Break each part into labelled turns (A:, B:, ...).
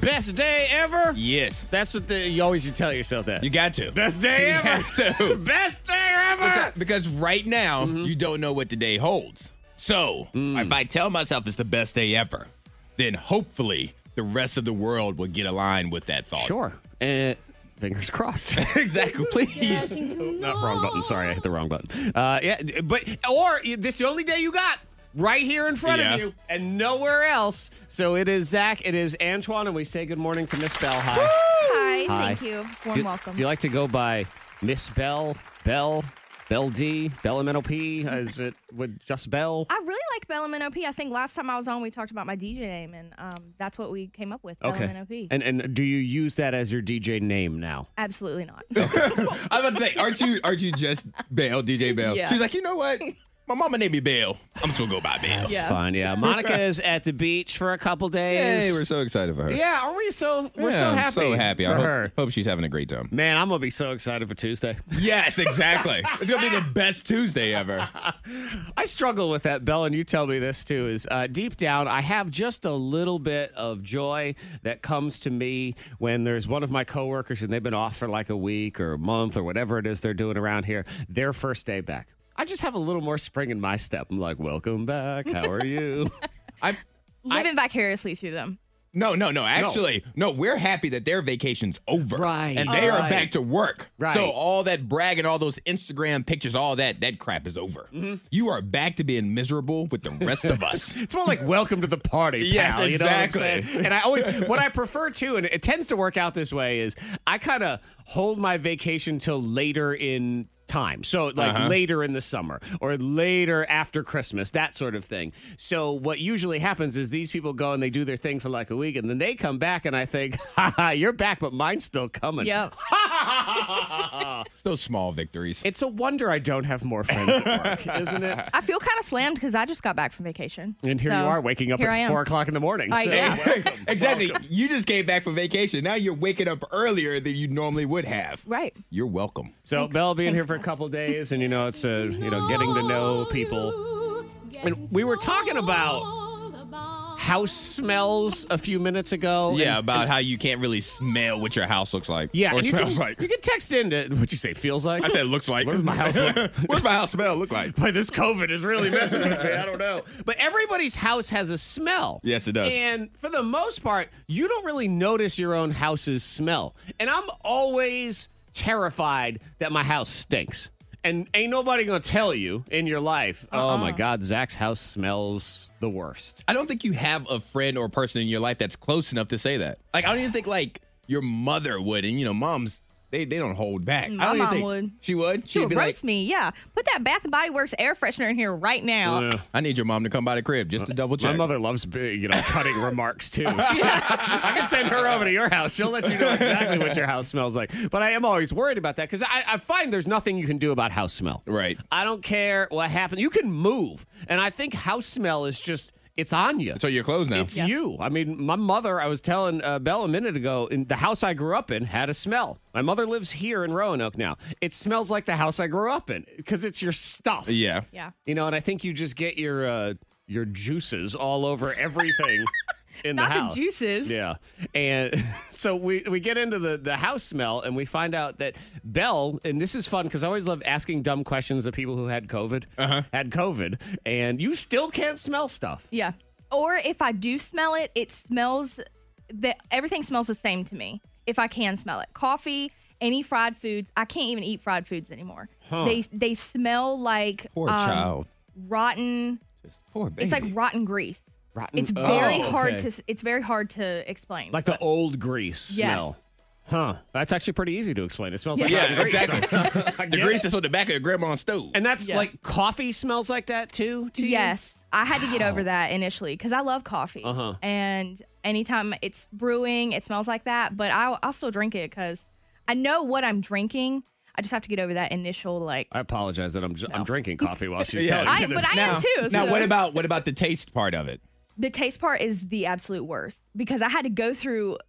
A: Best day ever.
B: Yes.
A: That's what the, you always tell yourself that.
B: You got to.
A: Best day
B: You
A: ever.
B: have to.
A: Best day ever.
B: because right now,
A: Mm-hmm.
B: you don't know what the day holds. So,
A: Mm.
B: if I tell myself it's the best day ever, then hopefully the rest of the world will get aligned with that thought.
A: Sure. Uh, fingers crossed.
B: exactly. Please.
A: Not wrong button. Sorry, I hit the wrong button. Uh, yeah, but or this is the only day you got right here in front
B: Yeah.
A: of you and nowhere else. So it is Zach. It is Antoine, and we say good morning to Miss Bell. Hi.
C: Hi,
A: Hi.
C: thank you. Warm
A: do,
C: welcome.
A: Do you like to go by Miss Bell, Bell, Bell D, Bell Elemental P? Is it with just Bell?
C: I really like Bellum NOP. I think last time I was on, we talked about my DJ name, and um, that's what we came up with. Bellum NOP.
A: And and do you use that as your DJ name now?
C: Absolutely not.
B: I was about to say, aren't you aren't you just Bale, DJ Bale?
C: Yeah.
B: She's like, you know what? My mama named me Bale. I'm just gonna go by Bale.
A: It's
C: Yeah.
A: fun. Yeah. Monica is at the beach for a couple days.
B: Hey, we're so excited for her.
A: yeah, are we so we're
B: Yeah,
A: so
B: I'm
A: happy.
B: So happy.
A: for
B: I hope,
A: her.
B: hope she's having a great time.
A: Man, I'm gonna be so excited for Tuesday.
B: Yes, exactly. it's gonna be the best Tuesday ever.
A: I struggle with that, Bell, and you tell me this too. Is uh, deep down, I have just a little bit of joy that comes to me when there's one of my coworkers and they've been off for like a week or a month or whatever it is they're doing around here. Their first day back, I just have a little more spring in my step. I'm like, "Welcome back. How are you?"
B: I
C: Living vicariously through them.
B: No, no, no. Actually, no. we're happy that their vacation's over.
A: Right.
B: And they
A: Right.
B: are back to work.
A: Right.
B: So all that brag and all those Instagram pictures, all that, that crap is over.
A: Mm-hmm.
B: You are back to being miserable with the rest of us.
A: It's more like welcome to the party, pal.
B: Yes,
A: You know what I'm
B: exactly.
A: saying? and I always what I prefer too, and it tends to work out this way, is I kind of hold my vacation till later in time. So like
B: Uh-huh.
A: later in the summer or later after Christmas, that sort of thing. So what usually happens is these people go and they do their thing for like a week and then they come back and I think, ha ha, you're back, but mine's still coming.
C: Yep.
B: It's those small victories.
A: It's a wonder I don't have more friends at work, isn't it?
C: I feel kind of slammed because I just got back from vacation.
A: And here
C: So,
A: you are waking up
C: here I
A: at
C: am.
A: four o'clock in the morning.
C: I- yeah.
B: exactly. You just came back from vacation. Now you're waking up earlier than you normally would have.
C: Right.
B: You're welcome.
A: So Bell being here for a couple days, and you know it's a you know getting to know people. And we were talking about house smells a few minutes ago.
B: Yeah,
A: And-
B: about how you can't really smell what your house looks like.
A: yeah.
B: Or
A: and you
B: smells
A: can,
B: like.
A: you can text into what'd you say? Feels like
B: I said looks like.
A: What does my house look-
B: What's my house smell look like?
A: Boy, this COVID is really messing with me. I don't know. But everybody's house has a smell.
B: Yes, it does.
A: And for the most part, you don't really notice your own house's smell. And I'm always terrified that my house stinks. And ain't nobody gonna tell you in your life, oh my God, Zach's house smells the worst.
B: I don't think you have a friend or person in your life that's close enough to say that. Like I don't even think like your mother would, and you know, moms they they don't hold back.
C: My
B: I don't even
C: mom
B: think-
C: would.
B: She would.
C: She
B: She'd
C: would
B: be
C: roast
B: like,
C: me. Yeah. Put that Bath and Body Works air freshener in here right now.
A: Yeah.
B: I need your mom to come by the crib just to double check.
A: My mother loves big, you know, cutting remarks too. I can send her over to your house. She'll let you know exactly what your house smells like. But I am always worried about that because I, I find there's nothing you can do about house smell.
B: Right.
A: I don't care what happened. You can move, and I think house smell is just it's on you.
B: So your clothes now.
A: It's you. I mean, my mother, I was telling uh, Belle a minute ago, in the house I grew up in had a smell. My mother lives here in Roanoke now. It smells like the house I grew up in because it's your stuff.
B: Yeah.
C: Yeah.
A: You know, and I think you just get your uh, your juices all over everything in
C: Not
A: the
C: the
A: house.
C: juices.
A: Yeah. And so we, we get into the, the house smell and we find out that Belle, and this is fun because I always love asking dumb questions of people who had COVID, uh-huh. had COVID, and you still can't smell stuff.
C: Yeah. Or if I do smell it, it smells that everything smells the same to me. If I can smell it, coffee any fried foods. I can't even eat fried foods anymore. They they smell like
B: Poor
C: um,
B: child.
C: rotten.
B: Poor baby.
C: It's like rotten grease.
A: Rotten.
C: It's
A: oh,
C: very hard
A: okay.
C: to. It's very hard to explain.
A: like the old grease
C: Yes.
A: smell. Huh. That's actually pretty easy to explain. It smells like rotten
B: yeah,
A: grease.
B: exactly.
A: I
B: the
A: get
B: grease
A: it.
B: is on the back of your grandma's stove.
A: And that's
C: Yeah.
A: like coffee smells like that too. To you?
C: Yes, I had to get over that initially because I love coffee,
A: Uh-huh.
C: and anytime it's brewing, it smells like that. But I, I'll still drink it because I know what I'm drinking. I just have to get over that initial like.
A: I apologize that I'm j am drinking coffee while she's
B: Yeah.
A: telling
C: I,
A: you this.
C: but I
B: now,
C: am too.
B: Now,
C: so-
B: what about what about the taste part of it?
C: the taste part is the absolute worst because I had to go through.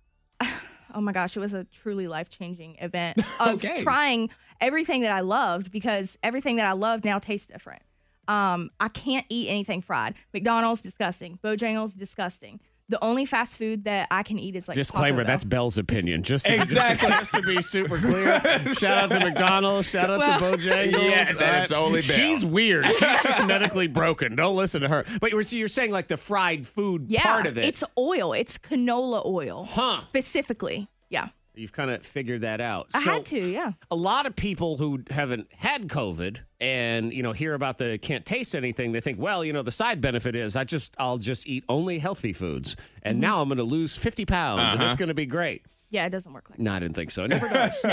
C: Oh my gosh, it was a truly life changing event of
B: Okay.
C: trying everything that I loved because everything that I loved now tastes different. Um, I can't eat anything fried. McDonald's disgusting. Bojangles disgusting. The only fast food that I can eat is like Taco
A: Disclaimer:
C: Bell.
A: That's Bell's opinion. Just to,
B: Exactly.
A: just to be super clear. Shout out to McDonald's. Shout out
C: Well-
A: to Bojangles.
B: Yes, and
A: All right.
B: it's only Bell.
A: She's weird. She's just medically broken. Don't listen to her. But you were, so you're saying like the fried food
C: yeah,
A: part of it.
C: It's oil. It's canola oil,
A: Huh.
C: Specifically, yeah.
A: You've kind of figured that out.
C: I
A: So-
C: had to, yeah.
A: a lot of people who haven't had COVID and you know hear about the can't taste anything, they think, well, you know, the side benefit is I just I'll just eat only healthy foods,
C: Mm-hmm.
A: and now I'm going to lose fifty pounds, and
B: Uh-huh.
A: it's going to be great.
C: Yeah, it doesn't work like that.
A: No, I didn't think so. It never does.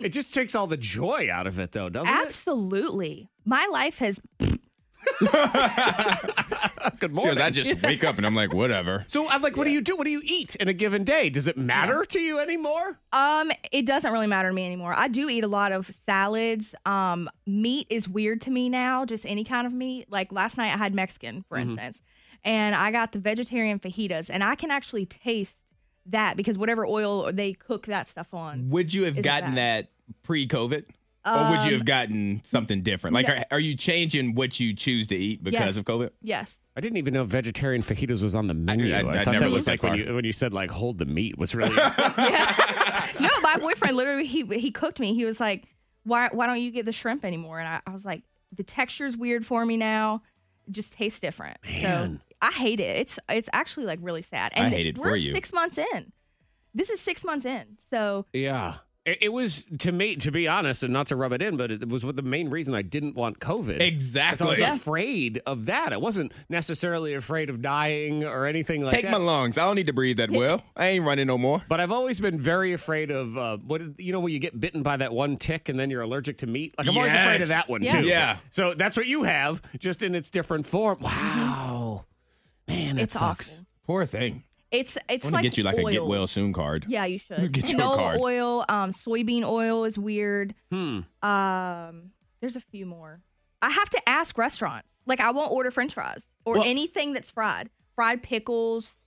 A: It just takes all the joy out of it, though, doesn't
C: Absolutely. My life has
A: it? Good
B: Because
A: morning.
B: I just wake up and I'm like, whatever.
A: so I'm like, what do you do? What do you eat in a given day? Does it matter to you anymore?
C: Um, it doesn't really matter to me anymore. I do eat a lot of salads. Um, meat is weird to me now, just any kind of meat. Like last night I had Mexican, for instance, and I got the vegetarian fajitas, and I can actually taste that because whatever oil they cook that stuff on.
B: Would you have
C: Is it Um,
B: gotten that pre-COVID, or would you have gotten something different? Like, are, are you changing what you choose to eat because
C: Yes.
B: of COVID?
C: Yes.
A: I didn't even know vegetarian fajitas was on the menu.
B: I- I
A: thought
B: never
A: that was
B: looked that
A: like when
B: far.
A: you when you said like hold the meat was really
C: No, my boyfriend literally he he cooked me. He was like, "Why why don't you get the shrimp anymore?" And I, I was like, "The texture's weird for me now. It just tastes different."
A: Man.
C: So I hate it. It's it's actually like really sad. And
B: hate it
C: we're
B: for you.
C: Six months in. This is six months in. So
A: Yeah. It, it was to me, to be honest, and not to rub it in, but it was what the main reason I didn't want COVID. 'Cause I was
B: Exactly.
A: afraid of that. I wasn't necessarily afraid of dying or anything like
B: Take
A: that.
B: my lungs. I don't need to breathe that well. I ain't running no more.
A: but I've always been very afraid of uh, what is- you know when you get bitten by that one tick and then you're allergic to meat. Like I'm always afraid
B: Yes.
A: of that one
C: Yeah.
A: too.
B: Yeah.
A: So that's what you have, just in its different form. Wow, man, that
C: it's
A: sucks.
C: awful.
B: Poor thing.
C: It's it's
B: I want
C: like
B: to get you like
C: oil.
B: a get well soon card.
C: Yeah, you should.
B: Get you a
C: Canola
B: card.
C: oil, um, soybean oil is weird.
B: Hmm.
C: Um, there's a few more. I have to ask restaurants. Like, I won't order French fries or
B: Well-
C: anything that's fried. Fried pickles,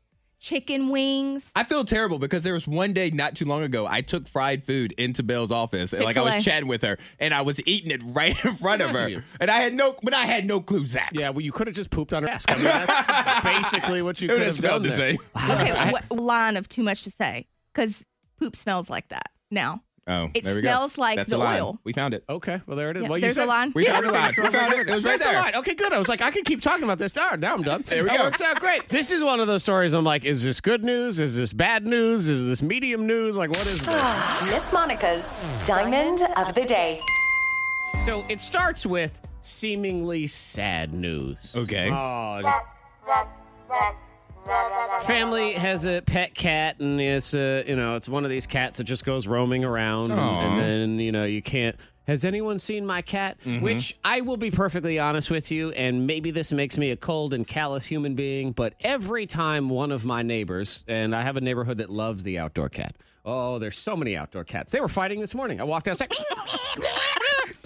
C: chicken wings.
B: I feel terrible because there was one day not too long ago I took fried food into Belle's office and like I was
C: Chick-fil-A.
B: chatting with her and I was eating it right in front of
A: Nice of
B: her
A: you.
B: and I had no but I had no clue Zach.
A: Yeah, well, you could have just pooped on her desk. I mean, that's basically what you
B: It
A: could
B: would've
A: have done.
B: smelled the
A: there.
B: same.
A: Wow,
C: Okay,
A: I-
C: what line of too much to say? Because poop smells like that now.
B: Oh,
C: It
B: there we
C: smells
B: go.
C: like
B: That's a
C: the
B: line.
C: oil.
B: We found it.
A: Okay, well there it is.
C: Yeah,
A: well, you
C: there's a
A: said,
C: line.
B: We found a
A: everything
B: line.
A: smells
B: We found
A: like
B: it. It was right
A: There's a
B: there.
A: line. Okay, good. I was like, I could keep talking about this. All right, now I'm done.
B: There we
A: that
B: go.
A: works out great. This is one of those stories. I'm like, is this good news? Is this bad news? Is this medium news? Like, what is this?
D: Miss Monica's Diamond of the Day.
A: so it starts with seemingly sad news.
B: Okay.
A: Oh, Family has a pet cat, and it's a you know it's one of these cats that just goes roaming around, and,
B: Aw.
A: and then you know you can't. Has anyone seen my cat?
B: Mm-hmm.
A: Which I will be perfectly honest with you, and maybe this makes me a cold and callous human being, but every time one of my neighbors, and I have a neighborhood that loves the outdoor cat. Oh, there's so many outdoor cats. They were fighting this morning. I walked outside.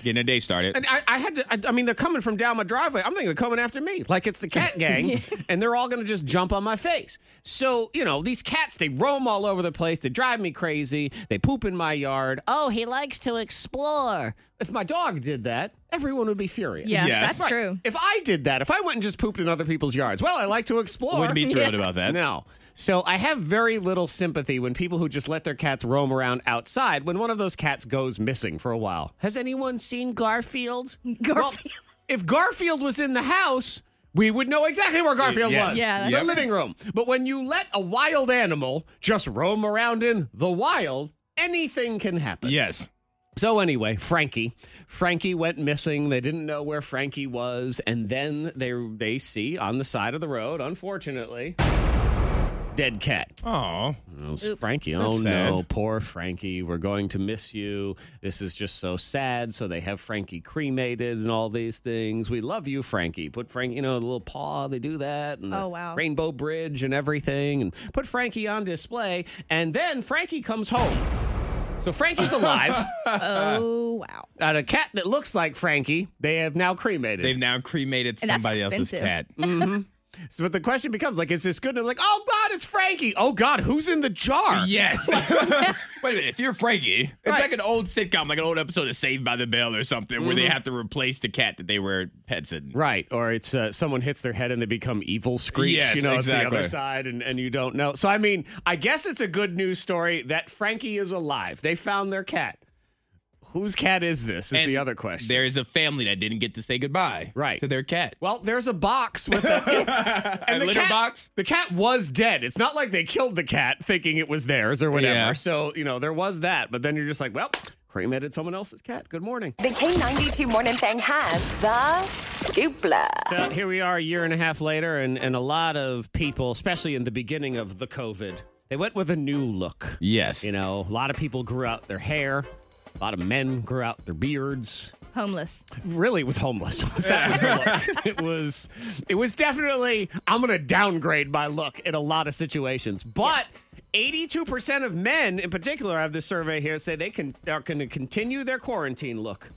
B: Getting a day started.
A: And I, I had to, I, I mean, they're coming from down my driveway. I'm thinking they're coming after me. Like it's the cat gang, and they're all going to just jump on my face. So, you know, these cats, they roam all over the place. They drive me crazy. They poop in my yard. Oh, he likes to explore. If my dog did that, everyone would be furious.
C: Yeah,
B: Yes.
C: that's
B: Right.
C: true.
A: If I did that, if I went and just pooped in other people's yards, well, I like to explore.
B: Wouldn't be thrilled about that.
A: No. So I have very little sympathy when people who just let their cats roam around outside when one of those cats goes missing for a while. Has anyone seen Garfield?
C: Garfield.
A: if Garfield was in the house, we would know exactly where Garfield
B: Yes.
A: was.
C: Yeah, that's
A: The
B: true.
A: living room. But when you let a wild animal just roam around in the wild, anything can happen.
B: Yes.
A: So anyway, Frankie, Frankie went missing. They didn't know where Frankie was, and then they they see on the side of the road, unfortunately, dead cat.
B: Oh.
A: It's Frankie. Oh
B: That's
A: no,
B: sad.
A: poor Frankie. We're going to miss you. This is just so sad. So they have Frankie cremated and all these things. We love you, Frankie. Put Frankie, you know, the little paw. They do that. And the
C: Oh, wow.
A: Rainbow Bridge and everything, and put Frankie on display. And then Frankie comes home. So Frankie's alive.
B: Uh.
C: Oh wow.
A: and a cat that looks like Frankie, they have now cremated.
B: They've now cremated
C: And that's
B: somebody else's
C: expensive.
B: cat.
A: so, but the question becomes like, is this good? And they're like, oh God, it's Frankie. Oh God, who's in the jar?
B: Yes. Wait a minute. If you're Frankie, it's like an old sitcom, like an old episode of Saved by the Bell or something, where they have to replace the cat that they were pets in.
A: Mm-hmm. Right, or it's uh, someone hits their head and they become evil screech.
B: Yes,
A: you know, it's the
B: exactly.
A: other side, and, and you don't know. So, I mean, I guess it's a good news story that Frankie is alive. They found their cat. Whose cat is this? Is
B: And
A: the other question.
B: There is a family that didn't get to say goodbye
A: Right.
B: to their cat.
A: well, there's a box with a,
B: A litter
A: cat,
B: box?
A: The cat was dead. It's not like they killed the cat thinking it was theirs or whatever.
B: Yeah.
A: So you know there was that. But then you're just like, well, cremated someone else's cat. Good morning.
D: The K92 Morning Thang has the dupla.
A: So here we are a year and a half later, and, and a lot of people, especially in the beginning of the COVID, they went with a new look.
B: Yes.
A: You know, a lot of people grew out their hair. A lot of men grew out their beards.
C: Homeless.
A: Really was homeless. Was that was the look. It was it was definitely I'm gonna downgrade my look in a lot of situations. But 82% of men in particular I have this survey here say they can are gonna continue their quarantine look.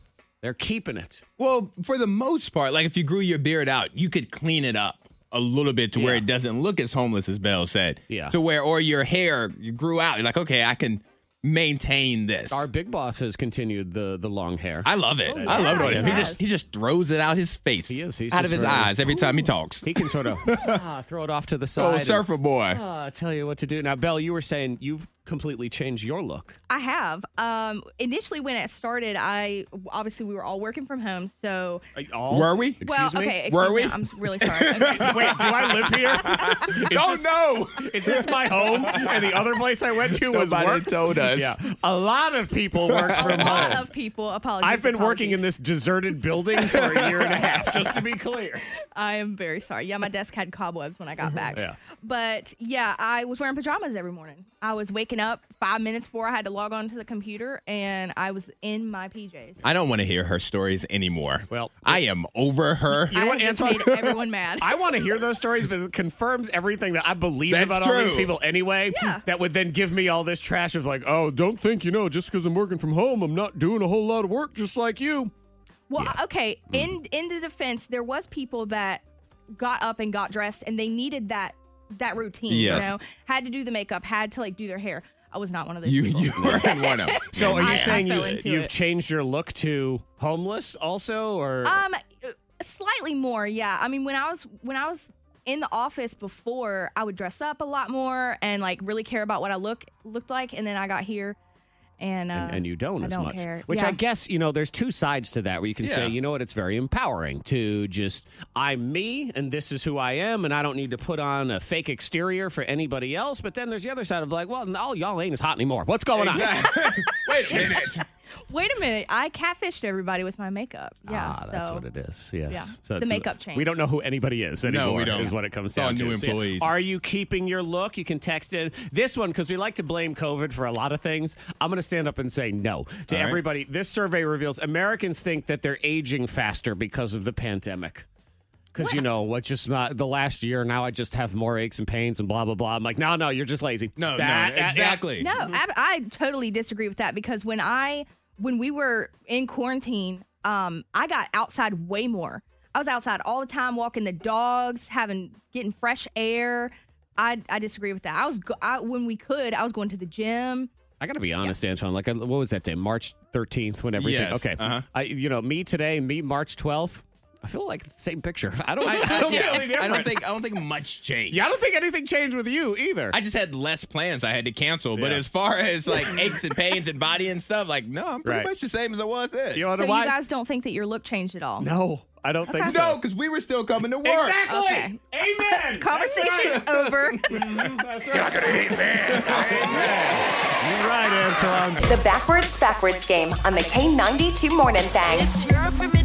A: They're keeping it.
B: Well, for the most part, like if you grew your beard out, you could clean it up a little bit to where
A: Yeah.
B: it doesn't look as homeless as Belle said.
A: Yeah.
B: To where, or your hair, you grew out. You're like, okay, I can maintain this.
A: Our big boss has continued the the long hair.
B: I love it. I
C: yeah,
B: love it on
C: he
B: him. He
C: does.
B: just he just throws it out his face.
A: Oh, He is. He's
B: out of
A: just
B: his
A: very-
B: eyes every time he talks.
A: He can sort of ah, throw it off to the side.
B: Oh,
A: and,
B: surfer boy.
A: ah, tell you what to do. Now, Belle, you were saying you've completely changed your look.
C: I have. Um, initially, when it started, I obviously we were all working from home, so
B: Were we?
C: well,
A: Oh. Excuse me?
C: okay.
B: Uh, Were
C: excuse me,
B: we?
C: I'm really sorry. Okay.
A: Wait, do I live here? Is
B: Don't
A: this-
B: know.
A: Is this my home? And the other place I went to was
B: Nobody
A: work.
B: told us.
A: Yeah, a lot of people work
C: a
A: from
C: lot
A: home.
C: of people. Apologies.
A: I've been working in this
C: apologies.
A: deserted building for a year and a half, just to be clear.
C: I am very sorry. Yeah, my desk had cobwebs when I got back.
A: Mm-hmm. Yeah.
C: But yeah, I was wearing pajamas every morning. I was waking up five minutes before I had to log on to the computer, and I was in my PJs.
B: I don't want to hear her stories anymore.
A: Well,
B: I am over her.
A: know
C: I
A: what,
C: have just
A: Antoine?
C: made everyone mad.
A: I want to hear those stories, but it confirms everything that I believed
B: That's
A: about all
B: true.
A: these people anyway.
C: Yeah.
A: That would then give me all this trash of like, oh, don't think, you know, just because I'm working from home, I'm not doing a whole lot of work just like you.
C: Well, okay. In in the defense, there was people that got up and got dressed, and they needed that that routine.
B: Yes.
C: You know, had to do the makeup, had to like do their hair. I was not one of those
B: You
C: people.
B: you were in one of them.
A: So are you
C: I- I
A: saying
C: fell
A: you've,
C: into
A: you've
C: it.
A: changed your look to homeless also? Or
C: Um, uh, slightly more. Yeah. I mean, when I was when I was in the office before, I would dress up a lot more and like really care about what I look looked like, and then I got here, and uh,
A: and, and you don't
C: I
A: as
C: don't
A: much.
C: care.
A: Which
C: Yeah.
A: I guess, you know, there's two sides to that where you can
B: Yeah.
A: say, you know what, it's very empowering to just, I'm me and this is who I am and I don't need to put on a fake exterior for anybody else. But then there's the other side of like, well, all y'all ain't as hot anymore. What's going on?
B: Wait a minute.
C: Wait a minute, I catfished everybody with my makeup. Yeah.
A: ah, that's
C: so-
A: what it is. Yes.
C: yeah. The
A: it's-
C: makeup change.
A: We don't know who anybody is anymore.
B: we don't.
A: Is what it comes
B: It's all
A: down to.
B: new
A: So, yeah.
B: employees.
A: are you keeping your look? You can text in this one because we like to blame COVID for a lot of things. I'm going to stand up and say no to
B: All right.
A: everybody. This survey reveals Americans think that they're aging faster because of the pandemic. Because you know what, just not the last year. Now I just have more aches and pains and blah blah blah. I'm like, no, no, you're just lazy.
B: No,
A: That- that-
B: no,
A: that-
B: exactly.
C: No, I, I totally disagree with that because when I when we were in quarantine, um, I got outside way more. I was outside all the time, walking the dogs, having getting fresh air. I, I disagree with that. I was go- I, when we could, I was going to the gym.
A: I got to be honest, Antoine. Like, I- what was that day? March 13th, when everything.
B: Yes,
A: Okay.
B: uh-huh.
A: I, you know, me today, me March 12th. I feel like it's the same picture. I don't. I,
B: I, I,
A: don't
B: yeah,
A: feel any
B: I
A: different.
B: don't think I don't think much changed.
A: Yeah, I don't think anything changed with you either.
B: I just had less plans I had to cancel. But
A: Yeah.
B: as far as like aches and pains and body and stuff, like no, I'm pretty
A: Right.
B: much the same as I was then.
A: you know
C: So
A: why?
C: you guys don't think that your look changed at all?
A: no, I don't think so.
B: no, because we were still coming to work. Uh,
A: Exactly.
C: Okay.
A: Amen.
C: Conversation
A: That's right.
C: over.
A: That's right. You're right, Antoine.
D: The backwards, backwards game on the K92 Morning Thing.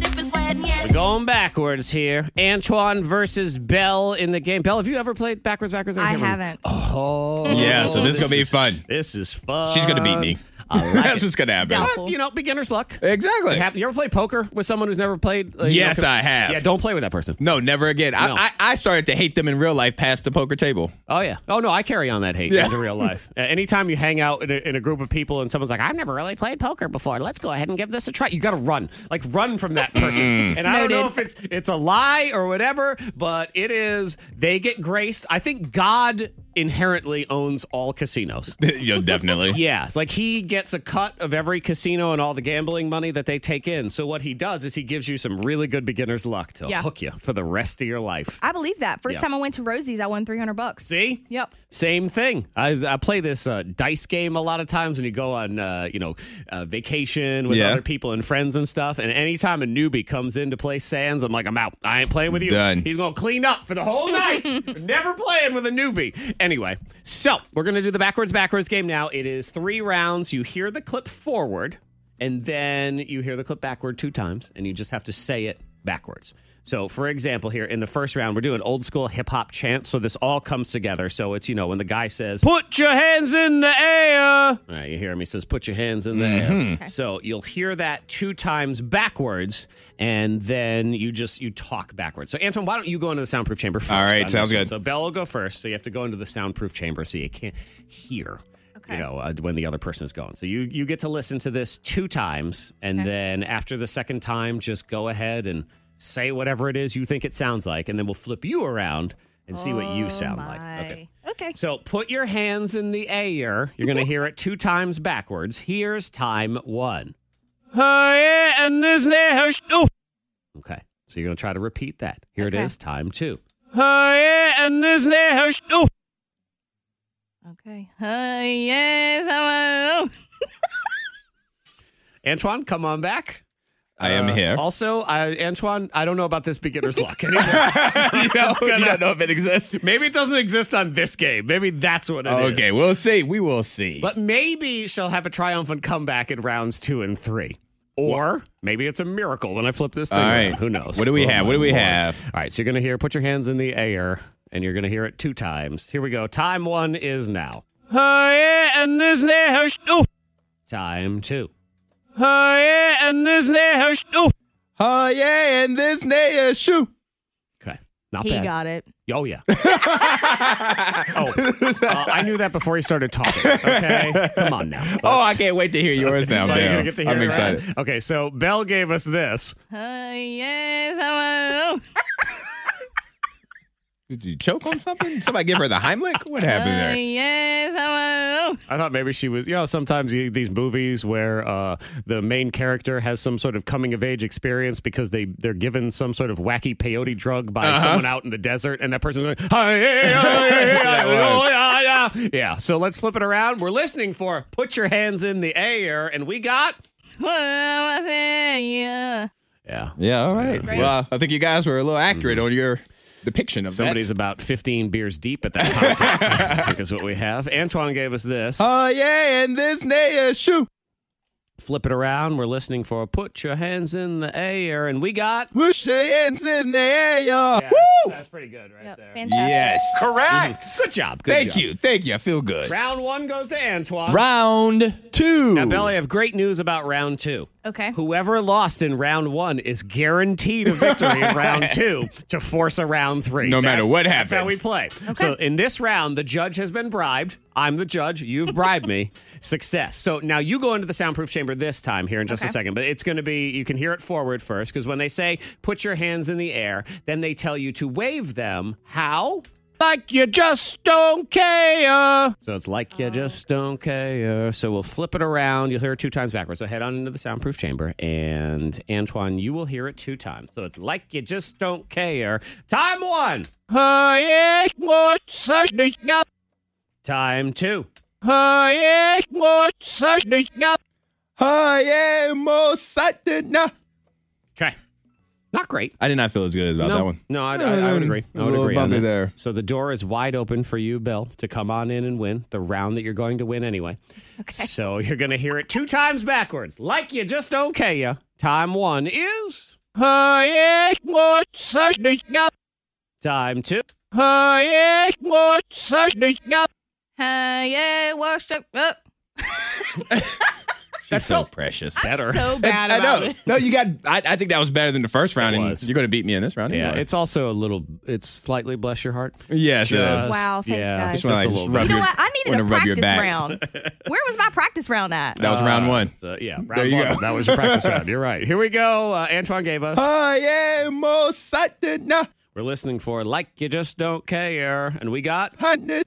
A: We're going backwards here. Antoine versus Bell in the game. Bell, have you ever played backwards, backwards?
C: I
A: can't remember.
C: haven't.
A: Oh,
B: Yeah, so this is gonna be
A: is-
B: fun.
A: This is fun.
B: She's gonna beat me.
A: Uh, I like
B: That's
A: it.
B: what's gonna happen.
C: Down.
A: Uh, you know, beginner's luck.
B: Exactly.
A: It happen- You ever play poker with someone who's never played? uh, you
B: Yes,
A: know,
B: I have.
A: Yeah, don't play with that person.
B: No, never again.
A: No.
B: I, I I started to hate them in real life past the poker table.
A: Oh yeah. Oh no, I carry on that hate
B: Yeah.
A: into real life. Uh, anytime you hang out in a, in a group of people and someone's like, "I've never really played poker before. Let's go ahead and give this a try." You got to run, like run from that person.
B: Mm.
A: And I don't know if
C: Noted.
A: it's it's a lie or whatever, but it is. They get graced. I think God inherently owns all casinos.
B: you know, definitely.
A: Yeah, it's like he gets a cut of every casino and all the gambling money that they take in. So what he does is he gives you some really good beginner's luck to
C: Yeah.
A: hook you for the rest of your life.
C: I believe that. First
A: Yeah.
C: time I went to Rosie's, I won 300 bucks.
A: See?
C: Yep.
A: Same thing. I, I play this uh, dice game a lot of times, and you go on, uh, you know, uh, vacation with
B: Yeah.
A: other people and friends and stuff. And anytime a newbie comes in to play Sands, I'm like, I'm out. I ain't playing with you.
B: Done.
A: He's gonna clean up for the whole night. Never playing with a newbie. Anyway, so we're gonna do the backwards backwards game now. It is three rounds. You hear the clip forward, and then you hear the clip backward two times, and you just have to say it backwards. So, for example, here in the first round, we're doing old school hip hop chants. So this all comes together. So it's you know when the guy says, "Put your hands in the air." Mm-hmm. All right, you hear him? He says, "Put your hands in the air." So you'll hear that two times backwards, and then you just you talk backwards. So Anton, why don't you go into the soundproof chamber first?
B: All right,
A: on
B: sounds
A: this one?
B: good.
A: So Bell will go first. So you have to go into the soundproof chamber so you can't hear.
C: Okay.
A: You know uh, when the other person is going. So you you get to listen to this two times, and then after the second time, just go ahead and say whatever it is you think it sounds like, and then we'll flip you around and see what you sound like. Okay.
C: Okay.
A: So put your hands in the air. You're going to hear it two times backwards. Here's time one. and this Okay. So you're going to try to repeat that. Here
C: Okay.
A: it is. Time two. and this Oh.
C: Okay. Uh, yes, I'm, uh,
A: Antoine, come on back. Uh,
B: I am here.
A: Also, I, Antoine, I don't know about this beginner's luck anymore.
B: you, know, you don't know if it exists.
A: Maybe it doesn't exist on this game. Maybe that's what it is.
B: Okay, we'll see. We will see.
A: But maybe she'll have a triumphant comeback in rounds two and three. Or maybe it's a miracle when I flip this thing.
B: All right.
A: around. Who knows?
B: What do we
A: Oh,
B: have?
A: my
B: What do we
A: Lord.
B: have?
A: All right. So you're going to hear, put your hands in the air, and you're going to hear it two times. Here we go. Time one is now. and this Time two. and this
B: Oh yeah, and this nail shoe.
A: Okay. Not
C: he
A: bad.
C: got it.
A: Oh yeah. oh, uh, I knew that before he started talking. Okay, come on now.
B: Oh, I can't wait to hear yours now,
A: Now you're gonna
B: man.
A: get to hear
B: I'm
A: it, right?
B: excited.
A: Okay, so Bell gave us this.
C: Uh, yes, I'm, uh,
B: Did you choke on something? Somebody give her the Heimlich? What happened
C: uh,
B: there?
C: yes, I'm, uh,
A: I thought maybe she was, you know, sometimes you, these movies where uh, the main character has some sort of coming of age experience because they, they're given some sort of wacky peyote drug by
B: Uh-huh.
A: someone out in the desert, and that person's going, "Hi, yeah, yeah, yeah,
B: was.
A: oh, yeah, yeah, yeah." yeah. So let's flip it around. We're listening for Put Your Hands in the Air, and we got.
C: What am I saying? Yeah.
A: Yeah.
B: Yeah, all right. Mm-hmm. Well, I think you guys were a little accurate on your depiction of
A: Somebody's about 15 beers deep at that concert. I think is what we have. Antoine gave us this.
B: that. Oh yeah, and this nail shoe.
A: Flip it around. We're listening for Put Your Hands in the Air, and we got.
B: Push your hands in the air.
A: Yeah,
B: Woo!
A: That's, that's pretty good right
C: Yep.
A: there.
C: Fantastic.
B: Correct.
A: Good job. Good
B: Thank
A: job.
B: you. Thank you. I feel good.
A: Round one goes to Antoine.
B: Round two.
A: Now, Bella, I have great news about round two.
C: Okay.
A: Whoever lost in round one is guaranteed a victory in round two to force a round three.
B: No matter what
A: That's how
B: happens.
A: we play. So in this round, the judge has been bribed. I'm the judge. You've bribed me. Success. So now you go into the soundproof chamber this time here in just a
C: Okay.
A: second, but it's going to be, you can hear it forward first because when they say put your hands in the air, then they tell you to wave them. How? Like you just don't care. So it's like you just don't care. So we'll flip it around. You'll hear it two times backwards. So head on into the soundproof chamber, and Antoine, you will hear it two times. So it's like you just don't care. Time one. Uh, Time two.
B: I am excited now.
A: Okay. Not great.
B: I did not feel as good as about
A: no,
B: that one.
A: No, I, I, I would agree. I
B: A
A: would
B: little
A: agree on
B: bumpy
A: that.
B: there.
A: So the door is wide open for you, Bill, to come on in and win the round that you're going to win anyway. Okay. So you're going to hear it two times backwards, like you just okay ya. Time one is. Time two.
C: Uh, yeah, wash up. Oh, up.
B: She's so precious.
A: Better.
C: So bad
B: I
C: about
B: know.
C: it.
B: No, you got. I, I think that was better than the first round.
A: It
B: and
A: was.
B: You're going to beat me in this round.
A: Yeah,
B: anyway.
A: it's also a little. It's slightly bless your heart.
B: yes. it
A: Just-
B: is.
C: Wow, thanks,
A: yeah, Just,
C: guys. Just
B: wanna,
A: a
B: like,
A: little.
B: rub
A: bit.
C: You know
B: your-
C: what? I needed
B: wanna
C: a
B: rub your
C: practice
B: back.
C: round. Where was my practice round at?
B: That was
A: uh,
B: round one.
A: So, yeah, round
B: There you
A: one.
B: go.
A: That was your practice round. You're right. Here we go. Uh, Antoine gave us.
B: I am a certain
A: We're listening for like you just don't care, and we got
B: hundred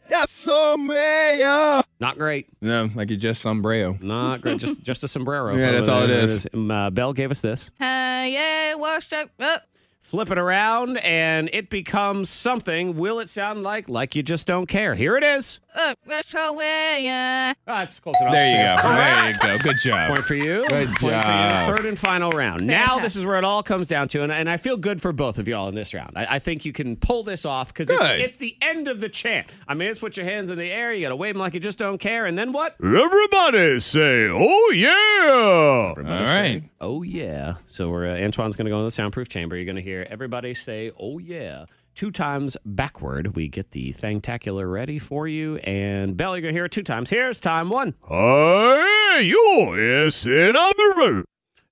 B: sombrero.
A: not great,
B: No, like you just sombrero.
A: not great, just just a sombrero.
B: Yeah, that's all it is.
A: Um, uh, Bell gave us this.
C: Uh, yeah, wash up. Oh, up.
A: Flip it around, and it becomes something. Will it sound like like you just don't care? Here it is.
C: Up, oh, wash away. Uh.
A: Ah, it's close enough.
B: There you go. There you go. Good
A: Point
B: job.
A: for you.
B: Good
A: Point for you.
B: job.
A: Third and final round. Now this is where it all comes down to, and, and I feel good for both of y'all in this round. I, I think you can pull this off because it's,
B: Good.
A: it's the end of the chant. I mean, it's put your hands in the air, you got to wave them like you just don't care, and then what? Everybody say, "Oh yeah!"
B: All right.
A: Oh yeah. So we're uh, Antoine's going to go in the soundproof chamber. You're going to hear everybody say "Oh yeah" two times backward. We get the thangtacular ready for you, and Bell, you're going to hear it two times. Here's time one. Hey, you is in a room.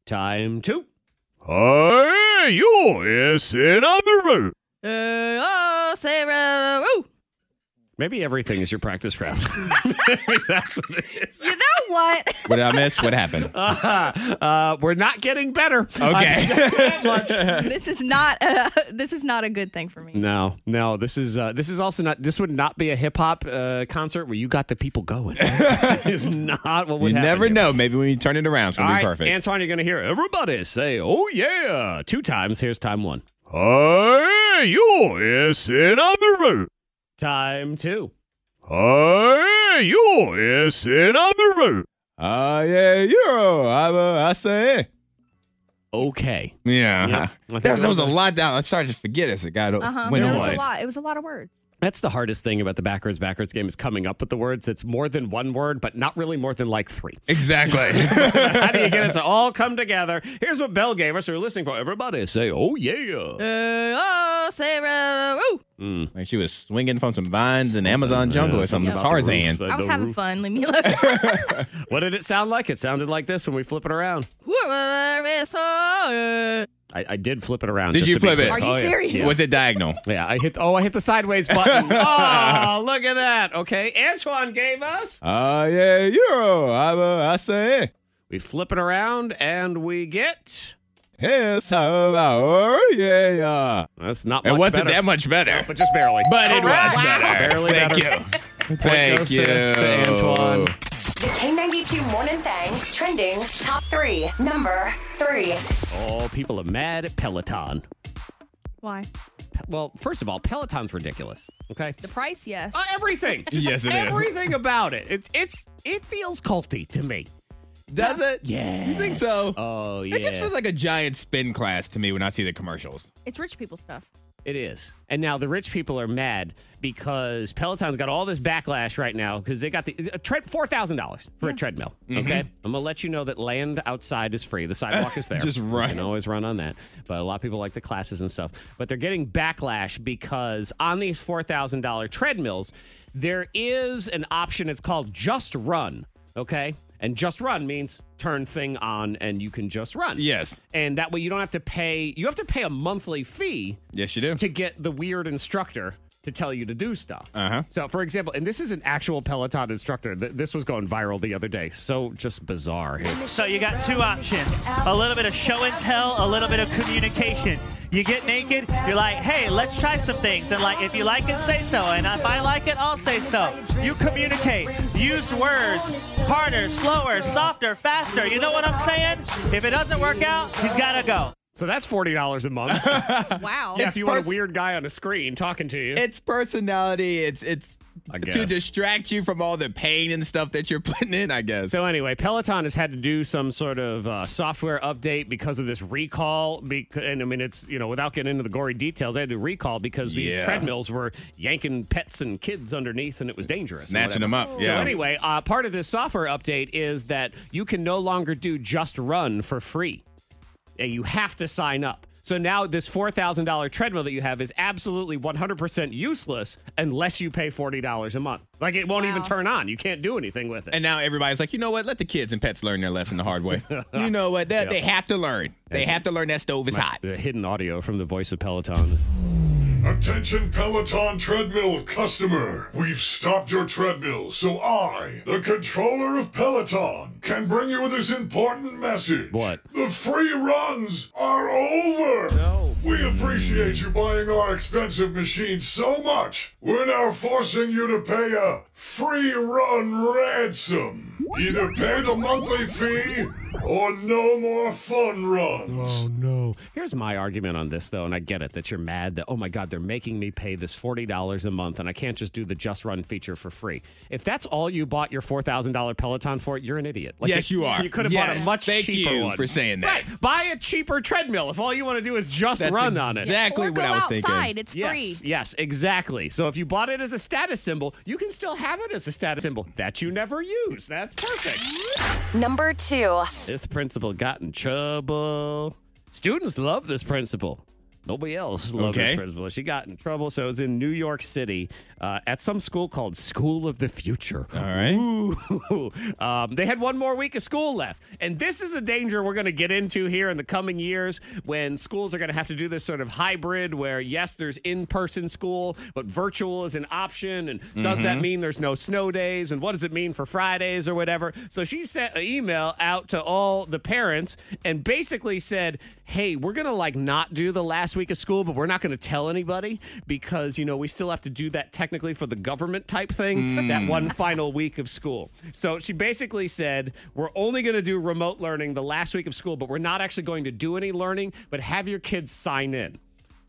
A: Time two. Hey, you is in a room.
C: Uh, oh, Sarah. Woo.
A: Maybe everything is your practice round. Maybe that's what it is.
C: You know what?
B: What did I miss? What happened?
A: Uh, we're not getting better.
B: Okay.
C: this is not. Uh, this is not a good thing for me.
A: No, no. This is uh, this is also not. This would not be a hip hop uh, concert where you got the people going. it's not what would
B: you
A: happen.
B: never
A: here.
B: know. Maybe when you turn it around, it's
A: All
B: gonna
A: right,
B: be perfect.
A: Antoine, you're gonna hear everybody say, "Oh yeah," two times. Here's time one. Hey, you is in a mirror. Time two. Hey, you is in a mirror.
B: Ah, yeah, Euro. I'm a, I say.
A: Okay.
B: Yeah.
A: Yeah.
B: That, that was a lot down. I started to forget as it got
C: Uh huh. It
B: went
C: was
A: No
B: away.
C: a lot. It was a lot of words.
A: That's the hardest thing about the backwards backwards game is coming up with the words. It's more than one word, but not really more than like three.
B: Exactly.
A: How do you get it to all come together? Here's what Bell gave us. We're listening for everybody. Say, oh yeah.
C: Uh, oh, Sarah. Woo.
B: like she was swinging from some vines in Amazon jungle or something.
A: about the
B: Tarzan.
A: roof, uh,
C: I was
A: the
C: having
A: roof.
C: fun. Leave me alone.
A: What did it sound like? It sounded like this when we flip it around.
C: Are
A: I, I did flip it around.
B: Did
A: just
B: you
A: to be
B: flip it?
A: clear.
B: Are
C: you
A: Oh, yeah.
C: serious?
B: Was it diagonal?
A: Yeah, I hit. Oh, I hit the sideways button. oh, look at that. Okay, Antoine gave us.
B: Ah, yeah, Euro. I'm a, I say.
A: We flip it around and we get.
B: Yes, I'm a, oh, yeah, yeah.
A: That's not.
B: It
A: much
B: wasn't
A: better,
B: that much better,
A: but just barely.
B: but it was
A: Correct.
B: better.
A: Barely
B: Thank
A: better.
B: you. Thank
A: goes
B: you,
A: to- to Antoine.
D: The K92 Morning Thang trending top three. Number three.
A: Oh, people are mad at Peloton.
C: Why?
A: Pe- Well, first of all, Peloton's ridiculous. Okay.
C: The price, yes.
A: Uh, everything. Just
B: Yes, it is.
A: everything about it. It's it's it feels culty to me.
B: Does it?
A: Yeah.
B: You think so?
A: Oh yeah.
B: It just feels like a giant spin class to me when I see the commercials.
C: It's rich people stuff.
A: it is. And now the rich people are mad because Peloton's got all this backlash right now because they got the a tread four thousand dollars for a treadmill.
B: Mm-hmm.
A: Okay, I'm gonna let you know that land outside is free. The sidewalk is there.
B: Just run.
A: You can always run on that. But a lot of people like the classes and stuff. But they're getting backlash because on these four thousand dollar treadmills, there is an option. It's called Just Run. Okay, and Just Run means turn thing on and you can just run.
B: Yes.
A: and that way you don't have to pay. You have to pay a monthly fee
B: Yes, you do.
A: to get the weird instructor to tell you to do stuff.
B: Uh-huh.
A: So, for example, and this is an actual Peloton instructor. Th- This was going viral the other day. So just bizarre. Here.
E: So you got two options a little bit of show and tell, a little bit of communication. You get naked, you're like, hey, let's try some things. And like, if you like it, say so. And if I like it, I'll say so. You communicate. Use words harder, slower, softer, faster. You know what I'm saying? If it doesn't work out, he's got to go.
A: So that's forty dollars a month.
C: Wow.
A: if you want a
B: Perf-
A: weird guy on a screen talking to you.
B: It's personality. It's it's
A: I
B: to
A: guess.
B: distract you from all the pain and stuff that you're putting in, I guess.
A: So anyway, Peloton has had to do some sort of uh, software update because of this recall. Bec- and I mean, it's you know, without getting into the gory details, they had to recall because these
B: Yeah.
A: treadmills were yanking pets and kids underneath, and it was dangerous. and
B: Snatching them
A: whatever.
B: up, yeah.
A: So anyway, uh, part of this software update is that you can no longer do just run for free. Yeah, you have to sign up. So now this four thousand dollar treadmill that you have is absolutely one hundred percent useless unless you pay forty dollars a month. Like it won't even
C: Wow.
A: turn on. You can't do anything with it.
B: and now everybody's like, you know what? Let the kids and pets learn their lesson the hard way. you know what? That they have to learn. They have to learn that stove is hot.
A: The hidden audio from the voice of Peloton.
F: Attention Peloton treadmill customer. We've stopped your treadmill so I, the controller of Peloton, can bring you this important message.
A: What?
F: The free runs are over.
A: No.
F: We appreciate you buying our expensive machine so much. We're now forcing you to pay a free run ransom. Either pay the monthly fee or no more fun runs.
A: no. Here's my argument on this, though, and I get it that you're mad that, oh my God, they're making me pay this $40 a month and I can't just do the Just Run feature for free. If that's all you bought your $4,000 Peloton for, you're an idiot. Like,
B: Yes, you are.
A: You could have bought
B: Yes,
A: a much
B: thank
A: cheaper
B: you
A: one.
B: for saying that.
A: Right. Buy a cheaper treadmill if all you want to do is just
B: That's
A: run on it.
B: Exactly
C: or
B: what
C: go
B: I was
C: outside.
B: thinking.
C: It's
A: Yes,
C: free.
A: yes, exactly. So if you bought it as a status symbol, you can still have it as a status symbol that you never use. That's perfect.
D: Number two.
A: This principal got in trouble. Students love this principal. Nobody else loved
B: Okay.
A: this principal. She got in trouble. So it was in New York City uh, at some school called School of the Future. All
B: right.
A: Ooh. Um, they had one more week of school left. And this is the danger we're going to get into here in the coming years when schools are going to have to do this sort of hybrid where, yes, there's in person school, but virtual is an option. And does that mean there's no snow days? And what does it mean for Fridays or whatever? So she sent an email out to all the parents and basically said, hey, we're going to like not do the last week of school, but we're not going to tell anybody because, you know, we still have to do that technically for the government type thing,
B: Hmm.
A: that one final week of school. So she basically said, we're only going to do remote learning the last week of school, but we're not actually going to do any learning, but have your kids sign in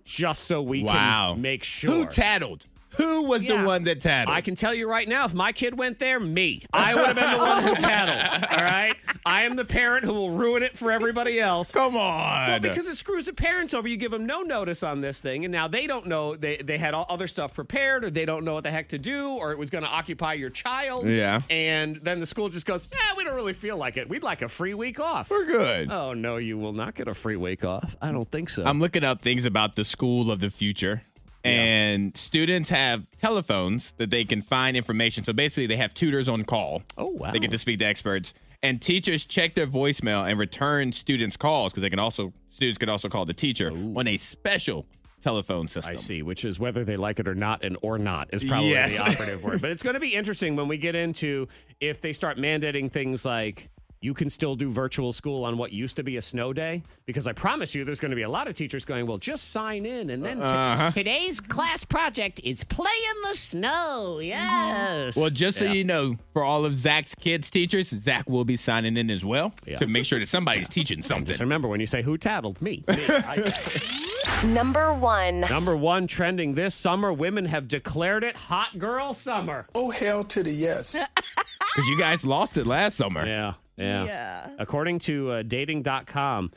A: just so we
B: Wow.
A: can make sure.
B: Who tattled? Who was
C: Yeah.
B: the one that tattled?
A: I can tell you right now, if my kid went there, me. I would have been the one who tattled. All right? I am the parent who will ruin it for everybody else.
B: Come on.
A: Well, because it screws the parents over. You give them no notice on this thing, and now they don't know they, they had all other stuff prepared, or they don't know what the heck to do, or it was going to occupy your child.
B: Yeah.
A: And then the school just goes, "Yeah, we don't really feel like it. We'd like a free week off."
B: we're good.
A: Oh no, you will not get a free week off. I don't think so.
B: I'm looking up things about the school of the future. And students have telephones that they can find information. So basically, they have tutors on call.
A: Oh, wow.
B: They get to speak to experts, and teachers check their voicemail and return students' calls because they can also students can also call the teacher on a special telephone system.
A: I see, which is whether they like it or not, and or not is probably
B: Yes.
A: the operative word. But it's going to be interesting when we get into if they start mandating things like you can still do virtual school on what used to be a snow day, because I promise you, there's going to be a lot of teachers going, "Well, just sign in," and then t-
B: Uh-huh.
A: today's class project is play in the snow. Yes.
B: Well, just so you know, for all of Zach's kids' teachers, Zach will be signing in as well to make sure that somebody's teaching something.
A: just remember when you say who tattled me. me. I tattled.
D: Number one.
A: Number one trending this summer, women have declared it hot girl summer.
G: Oh, hell to the yes.
B: Because you guys lost it last summer.
A: Yeah, yeah.
C: Yeah.
A: According to uh, dating.com,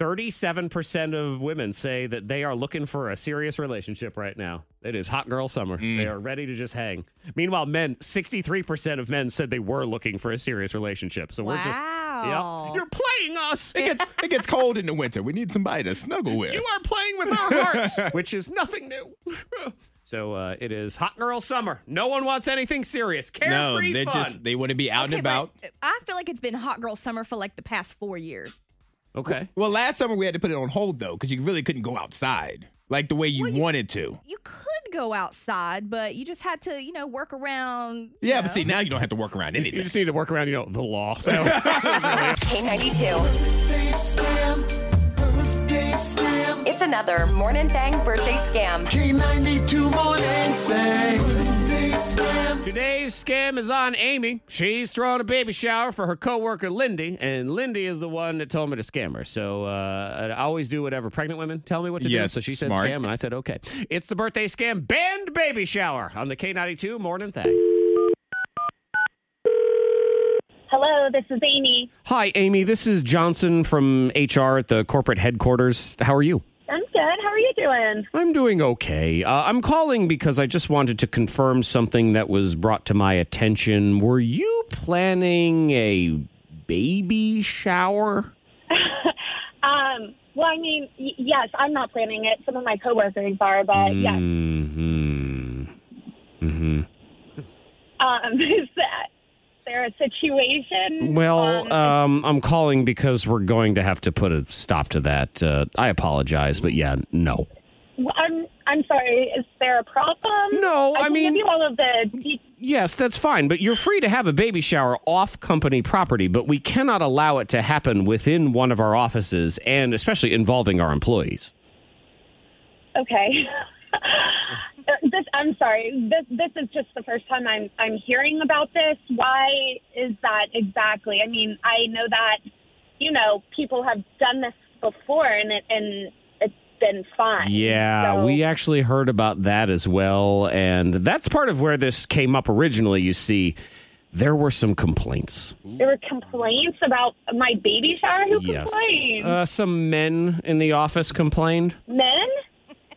A: 37% of women say that they are looking for a serious relationship right now. It is hot girl summer. They are ready to just hang. Meanwhile, men, 63% of men said they were looking for a serious relationship. So we're just.
C: Wow.
A: Yep. You're playing us.
B: It gets it gets cold in the winter. We need somebody to snuggle with.
A: You are playing with our hearts, which is nothing new. so uh, it is hot girl summer. No one wants anything serious.
B: no,
A: Carefree
B: they
A: fun.
B: just they want to be out
C: Okay,
B: and about.
C: but I feel like it's been hot girl summer for like the past four years.
A: okay.
B: Well, last summer we had to put it on hold though, because you really couldn't go outside like the way you wanted to.
C: You could go outside, but you just had to, you know, work around. you
B: Yeah, but
C: know.
B: see now you don't have to work around
A: You
B: anything.
A: just need to work around, you know, the law.
D: K92. It's another Morning Thang birthday scam.
H: K92 morning thing.
A: Today's scam is on Amy. She's throwing a baby shower for her coworker Lindy, and Lindy is the one that told me to scam her. So uh, I always do whatever pregnant women tell me what to
B: Yes,
A: do. So she said
B: smart.
A: scam, and I said okay. It's the birthday scam banned baby shower on the K92 Morning Thing.
G: Hello, this is Amy.
A: Hi, Amy. This is Johnson from HR at the corporate headquarters. How are you?
G: I'm good. How are you doing?
A: I'm doing okay. Uh, I'm calling because I just wanted to confirm something that was brought to my attention. Were you planning a baby shower?
G: Um, well, I mean, y- yes, I'm not planning it. Some of my coworkers are, but yes.
A: hmm hmm
G: Um, is that there a situation?
A: Well,
G: Um,
A: um, I'm calling because we're going to have to put a stop to that. Uh, I apologize, but yeah, no.
G: I'm I'm sorry. Is there a problem?
A: No, I
G: can
A: mean-
G: give you all of the. de-
A: Yes, that's fine, but you're free to have a baby shower off company property, but we cannot allow it to happen within one of our offices and especially involving our employees.
G: Okay. Uh, this I'm sorry. This this is just the first time I'm I'm hearing about this. Why is that exactly? I mean, I know that you know people have done this before, and it and it's been fine.
A: Yeah,
G: So-
A: we actually heard about that as well. And that's part of where this came up originally. You see, there were some complaints.
G: There were complaints about my baby shower. Who
A: Yes.
G: complained?
A: Uh, some men in the office complained.
G: Men?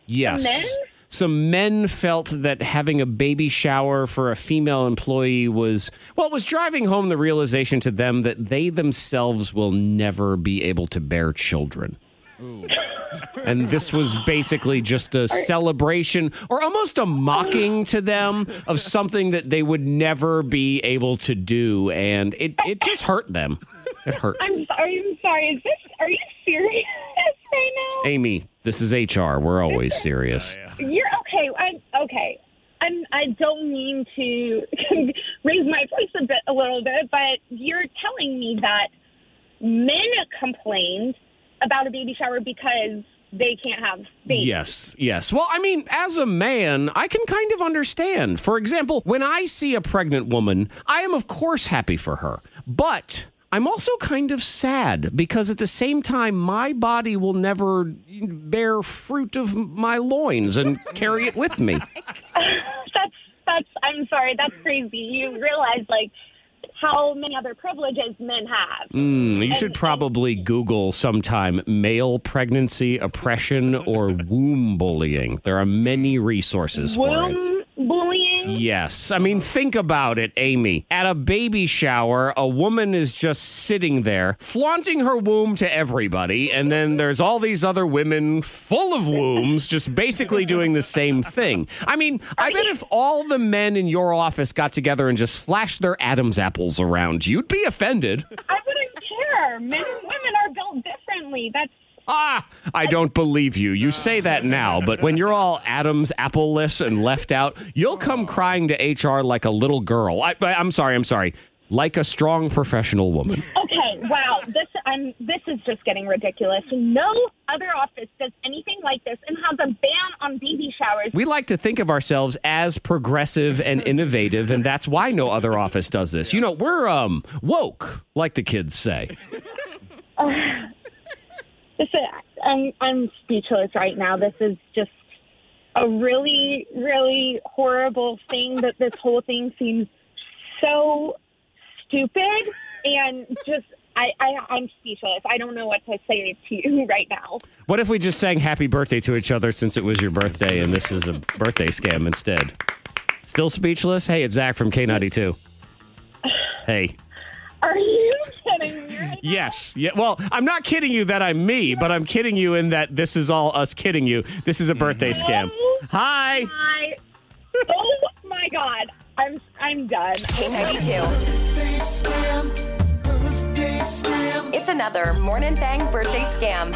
A: Yes.
G: men?
A: Some men felt that having a baby shower for a female employee was, well, it was driving home the realization to them that they themselves will never be able to bear children. And this was basically just a celebration or almost a mocking to them of something that they would never be able to do. And it, it just hurt them. It hurt.
G: I'm sorry. I'm sorry. Is this? Are you serious right now?
A: Amy, this is HR. We're always serious.
G: You're okay. I'm okay. I'm. I don't mean to raise my voice a bit, a little bit, but you're telling me that men complained about a baby shower because they can't have babies.
A: Yes, yes. Well, I mean, as a man, I can kind of understand. For example, when I see a pregnant woman, I am, of course, happy for her. But I'm also kind of sad because at the same time, my body will never bear fruit of my loins and carry it with me.
G: That's. That's. I'm sorry. That's crazy. You realize like how many other privileges men have.
A: Mm, you should probably Google sometime male pregnancy oppression or womb bullying. There are many resources for it.
G: Womb bullying.
A: Yes. I mean, think about it, Amy. At a baby shower, a woman is just sitting there, flaunting her womb to everybody. And then there's all these other women full of wombs, just basically doing the same thing. I mean, I bet if all the men in your office got together and just flashed their Adam's apples around, you'd be offended.
G: I wouldn't care. Men and women are built differently. That's
A: Ah, I don't believe you. You say that now, but when you're all Adam's apple-less and left out, you'll come crying to HR like a little girl. I, I, I'm sorry, I'm sorry. Like a strong professional woman.
G: okay. Wow, this I'm. This is just getting ridiculous. No other office does anything like this and has a ban on baby showers.
A: We like to think of ourselves as progressive and innovative, and that's why no other office does this. You know, we're um woke, like the kids say.
G: This is, I'm I'm speechless right now. This is just a really really horrible thing. That this whole thing seems so stupid and just. I, I, I'm speechless. I don't know what to say to you right now.
A: What if we just sang happy birthday to each other since it was your birthday and this is a birthday scam instead? Still speechless? Hey, it's Zach from K92. Hey.
G: Are you kidding me? Right
A: Yes. Yeah. Well, I'm not kidding you that I'm me, but I'm kidding you in that this is all us kidding you. This is a birthday scam.
G: Mm-hmm.
A: Hi.
G: I, oh my god, I'm I'm done.
D: K92. It's another Morning Thang birthday scam.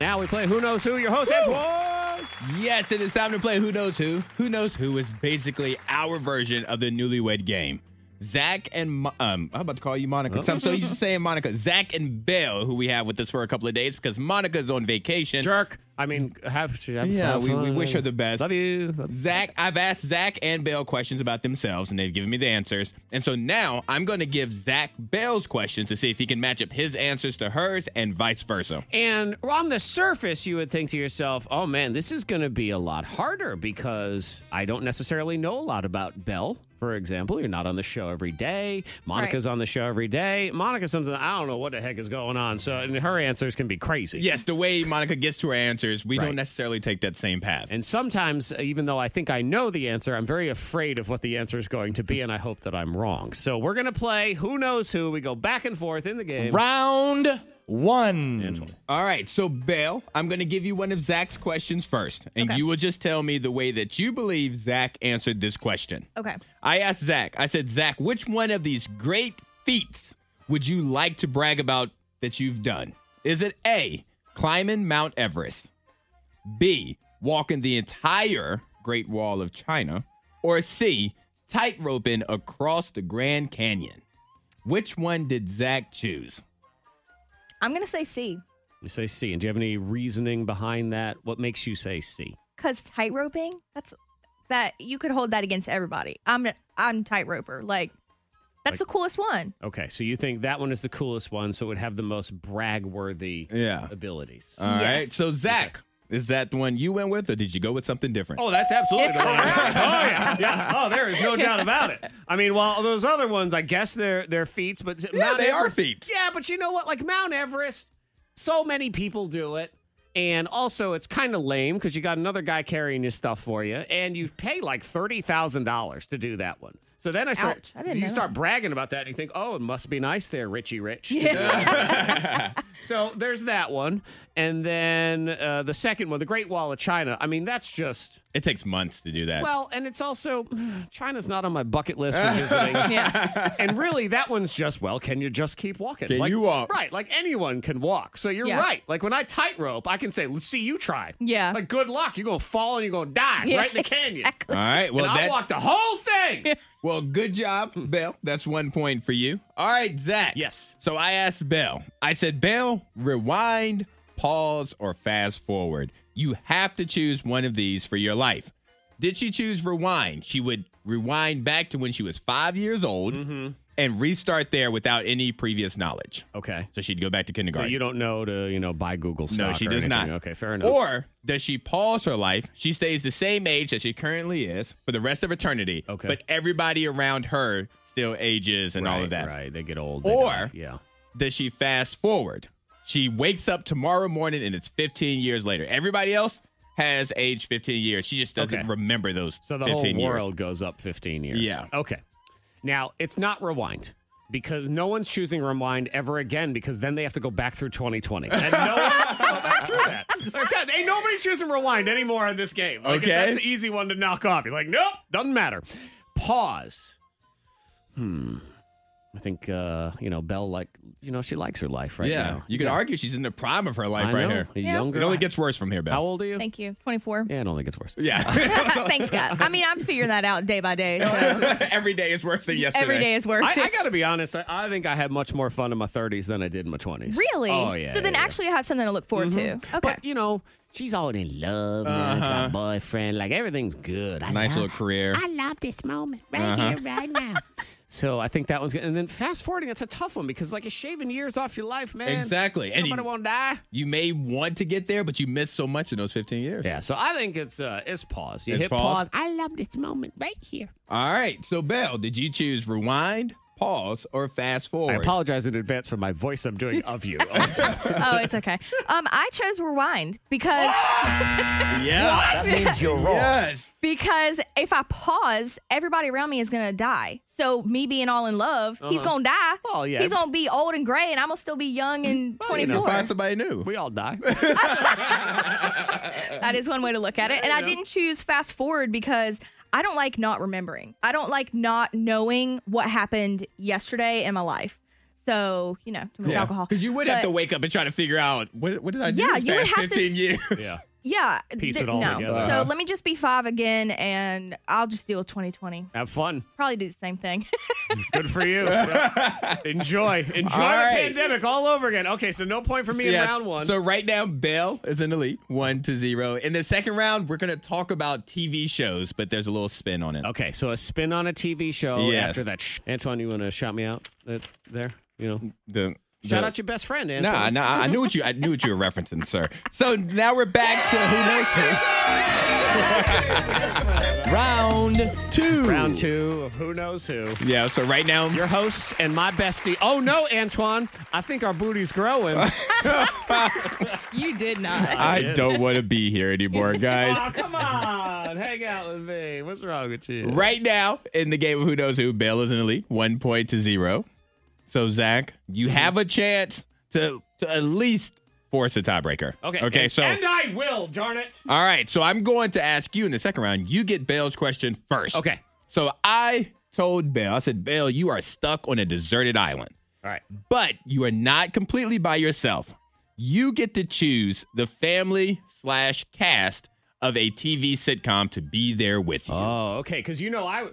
A: Now we play Who Knows Who. Your host, Edward.
B: Yes, it is time to play Who Knows Who. Who Knows Who is basically our version of the newlywed game. Zach and Mo- um, I'm about to call you Monica. 'cause I'm so used to saying Monica. Zach and Belle, who we have with us for a couple of days because Monica is on vacation.
A: Jerk. I mean, have, have
B: Yeah,
A: have
B: we- we
A: fun.
B: wish her the best.
A: Love you.
B: Zach, I've asked Zach and Bell questions about themselves, and they've given me the answers. And so now I'm going to give Zach Bell's questions to see if he can match up his answers to hers and vice versa.
A: And on the surface, you would think to yourself, oh man, this is going to be a lot harder because I don't necessarily know a lot about Belle. For example, you're not on the show every day. Monica's on the show every day. Monica's something I don't know what the heck is going on. So, and her answers can be crazy.
B: Yes, the way Monica gets to her answers, we
A: Right.
B: don't necessarily take that same path.
A: And sometimes, even though I think I know the answer, I'm very afraid of what the answer is going to be, and I hope that I'm wrong. So we're going to play Who Knows Who. We go back and forth in the game.
B: Round one. All right. So, Belle, I'm going to give you one of Zach's questions first, and you will just tell me the way that you believe Zach answered this question.
C: Okay.
B: I asked Zach, I said, Zach, which one of these great feats would you like to brag about that you've done? Is it A, climbing Mount Everest, B, walking the entire Great Wall of China, or C, tightroping across the Grand Canyon? Which one did Zach choose?
C: I'm gonna say C
A: You say C. And do you have any reasoning behind that? What makes you say C?
C: because tightroping. That's that you could hold that against everybody. I'm I'm tightroper. Like that's the coolest one.
A: Okay, so you think that one is the coolest one, so it would have the most brag worthy
B: Yeah. Uh,
A: abilities.
B: All right.
C: Yes.
B: So, Zach, is that the one you went with, or did you go with something different?
A: Oh, that's absolutely the one. oh yeah, yeah. Oh, there is no doubt about it. I mean, while those other ones, I guess they're they're feats, but
B: Yeah, they are feats.
A: Yeah, but you know what? Like Mount Everest, so many people do it, and also it's kind of lame because you got another guy carrying your stuff for you, and you pay like thirty thousand dollars to do that one. So then I start,
C: Ouch, I didn't
A: you
C: know
A: start bragging about that, and you think, oh, it must be nice there, Richie Rich. So there's that one, and then uh, the second one, the Great Wall of China. I mean, that's just
B: It takes months to do that.
A: well, and it's also China's not on my bucket list for visiting.
C: Yeah.
A: And really, that one's just well, can you just keep walking?
B: Can
A: Like-
B: you walk?
A: Right, like anyone can walk. So you're
C: Yeah.
A: right. Like when I tightrope, I can say, "Let's see you try."
C: Yeah.
A: Like good luck. You're gonna fall and you're gonna die
C: Yeah,
A: right in the canyon.
C: exactly.
B: All right. Well,
A: and I
B: that's,
A: walked the whole thing.
B: Well, good job, Bell. That's one point for you. All right, Zach.
A: Yes.
B: So I asked Bell. I said, Bell, rewind, pause, or fast forward. You have to choose one of these for your life. Did she choose rewind? She would rewind back to when she was five years old and restart there without any previous knowledge.
A: okay.
B: So she'd go back to
A: So
B: kindergarten.
A: you don't know to you know buy Google stock.
B: No, she
A: or
B: does
A: anything.
B: not.
A: Okay, fair enough.
B: Or does she pause her life? She stays the same age that she currently is for the rest of eternity.
A: Okay.
B: But everybody around her still ages and all
A: Right,
B: of that.
A: Right, they get old. they
B: Or
A: die. yeah.
B: Does she fast forward? She wakes up tomorrow morning and it's 15 years later. Everybody else has aged 15 years. She just doesn't
A: Okay.
B: remember those
A: So the
B: 15
A: whole
B: years.
A: world goes up 15 years.
B: Yeah.
A: Okay. Now, it's not rewind because no one's choosing rewind ever again because then they have to go back through 2020. And no one wants to go back through that. Like, Ted, ain't nobody choosing rewind anymore in this game. Like,
B: Okay.
A: That's an easy one to knock off. You're like, nope, doesn't matter. Pause. Hmm. I think, uh, you know, Belle, like, you know, she likes her life right
B: yeah.
A: now.
B: You could argue she's in the prime of her life
A: I
B: right
A: know.
B: here.
A: A
C: Yeah.
A: Younger.
B: It only gets worse from here, Belle.
A: How old are you?
C: Thank you. 24.
A: yeah, I don't think it's worse.
B: yeah.
C: Thanks, God. I mean, I'm figuring that out day by day. So
B: Every day is worse than yesterday.
C: every day is worse.
A: I, I got to be honest. I, I think I had much more fun in my 30s than I did in my 20s.
C: Really?
A: Oh yeah.
C: So then,
A: yeah, yeah.
C: actually, I have something to look forward to. Okay.
A: Mm-hmm. But you know, Uh-huh. she's all in love. now. It's my boyfriend. Like everything's good. I
B: Nice
A: love,
B: little career.
A: I love this moment right here, right now. so I think that one's good. And then fast forwarding, that's a tough one because like it's shaving years off your life, man.
B: Exactly. And
A: Nobody
B: you-
A: won't die.
B: You may want to get there, but you missed so much in those 15 years.
A: Yeah. So I think it's uh it's pause. You
B: It's
A: hit
B: pause.
A: pause. I love this moment right here.
B: All right. So, Belle, did you choose rewind, pause, or fast
A: I
B: forward?
A: apologize in advance for my voice. I'm doing of you. Also.
C: oh, it's okay. Um, I chose rewind because
B: yeah.
I: Means you're wrong.
B: Yes.
C: because if I pause, everybody around me is gonna die. So me being all in love, he's gonna die.
A: Uh-huh. Well, yeah.
C: He's gonna be old and gray, and I'm gonna still be young and 24.
B: Find somebody new.
A: we all die.
C: That is one way to look at it. And I didn't choose fast forward because I don't like not remembering. I don't like not knowing what happened yesterday in my life. So, you know, too much alcohol.
B: Because you would have
C: But-
B: to wake up and try to figure out what, what did I do
C: Yeah,
B: these
C: you would
B: past
C: have to
B: 15 years?
A: yeah.
C: Yeah.
A: Piece
C: th-
A: it all
C: no.
A: together. Uh-huh.
C: So let me just be five again, and I'll just deal with 2020.
A: Have fun.
C: Probably do the same thing.
A: Good for you. enjoy. Enjoy
B: All
A: the
B: right.
A: pandemic all over again. Okay, so no point for me
B: Yeah.
A: in round one.
B: So right now, Bell is in the lead, one to zero. In the second round, we're going to talk about TV shows, but there's a little spin on it.
A: okay, so a spin on a TV show
B: Yes.
A: after that. Sh- Antoine, you want to shout me out that, there? You know,
B: The-
A: shout
B: the-
A: out your best friend,
B: No,
A: Antoine.
B: no, I I knew what you I knew what you were referencing, sir. So now we're back to who knows who. round two.
A: Round two of Who Knows Who.
B: Yeah. So right now,
A: Your hosts and my bestie. Oh no, Antoine! I think our booty's growing. Oh,
C: you did not.
B: I don't want to be here anymore, guys.
A: oh come on, hang out with me. What's wrong with you?
B: right now in the game of who knows who, Bill is in the lead, one point to zero. So Zach, you
A: Mm-hmm.
B: have a chance to to at least force a tiebreaker.
A: Okay.
B: Okay.
A: and-
B: so
A: and I will, darn it.
B: all right. So I'm going to ask you in the second round. You get Bale's question first.
A: Okay.
B: So I told Bale, I said, Bale, you are stuck on a deserted island,
A: All right.
B: but you are not completely by yourself. You get to choose the family slash cast of a TV sitcom to be there with you.
A: Oh, okay. Because you know I.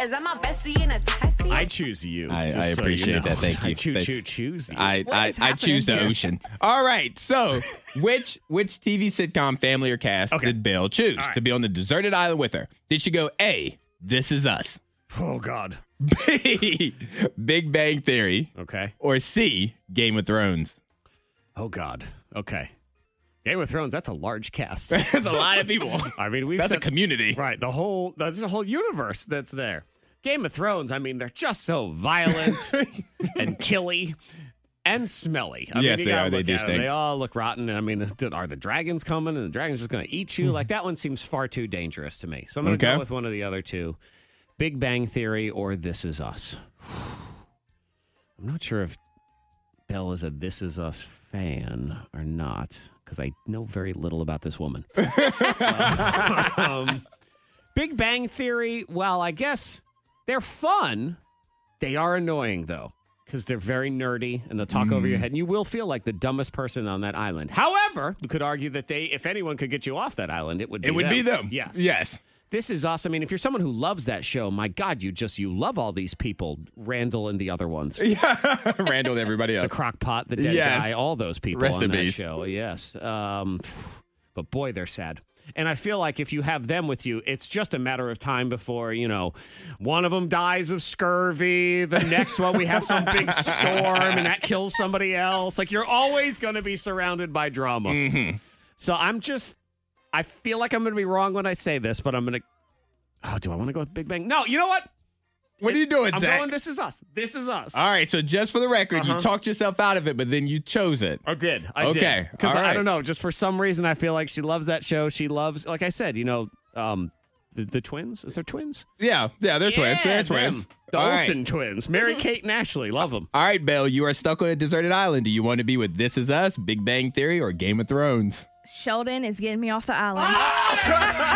H: Is that my bestie in a taxi?
A: I choose you.
B: I-
A: just
B: I
A: so you
B: appreciate
A: know.
B: that. Thank
A: I
B: you.
A: choo
B: Thank-
A: choo choose you.
B: I,
H: What
B: I,
H: is
B: I choose the
H: happening here?
B: ocean. All right. So, which which TV sitcom family or cast
A: Okay.
B: did Belle choose
A: All right.
B: to be on the deserted island with her? Did she go A, This Is Us,
A: oh God.
B: B, Big Bang Theory,
A: Okay.
B: or C, Game of Thrones?
A: Oh God. Okay. Game of Thrones. That's a large cast.
B: There's a lot of people.
A: I mean, we've
B: That's a
A: said-
B: community.
A: Right. The whole that's the whole universe that's there. Game of Thrones, I mean, they're just so violent and killy and smelly. I
B: Yes,
A: mean,
B: they
A: you gotta
B: are. They
A: look
B: do
A: at 'em.
B: stink.
A: They all look rotten. And I mean, are the dragons coming and the dragons just going to eat you? Like, that one seems far too dangerous to me. So I'm going to
B: Hmm. Okay.
A: go with one of the other two Big Bang Theory or This Is Us. I'm not sure if Belle is a This Is Us fan or not because I know very little about this woman. um, Big Bang Theory, well, I guess they're fun. They are annoying, though, because they're very nerdy and they'll talk over
B: Mm.
A: your head, and you will feel like the dumbest person on that island. However, you could argue that they, if anyone could get you off that island, it would be
B: It would
A: them.
B: be them.
A: Yes.
B: Yes.
A: This is us. I mean, if you're someone who loves that show, my God, you just, you love all these people, Randall and the other ones.
B: Yeah. Randall and everybody
A: The
B: else.
A: crockpot, the dead
B: Yes.
A: guy, all those people
B: Rest
A: on
B: in
A: that
B: peace.
A: show. Yes. Um, but boy, they're sad. And I feel like if you have them with you, it's just a matter of time before, you know, one of them dies of scurvy. The next one, we have some big storm and that kills somebody else. Like you're always going to be surrounded by drama.
B: Mm-hmm.
A: So I'm just, I feel like I'm going to be wrong when I say this, but I'm going to, oh, do I want to go with Big Bang? No, you know what?
B: What are you doing,
A: I'm
B: Zach?
A: going, Uh-huh. this is us. This is us.
B: All right. So, just for the record, you talked yourself out of it, but then you chose it.
A: I did. I
B: Okay,
A: Because
B: all
A: I
B: right.
A: don't know. Just for some reason, I feel like she loves that show. She loves, like I said, you know, um, the, the twins. Is there twins?
B: Yeah. Yeah. They're twins. They're twins.
A: them. The
B: All right.
A: Olsen twins. Mary Kate and Ashley. Love them.
B: All right, Belle, you are stuck on a deserted island. Do you want to be with This Is Us, Big Bang Theory, or Game of Thrones?
C: Sheldon is getting me off the island.
A: Ah!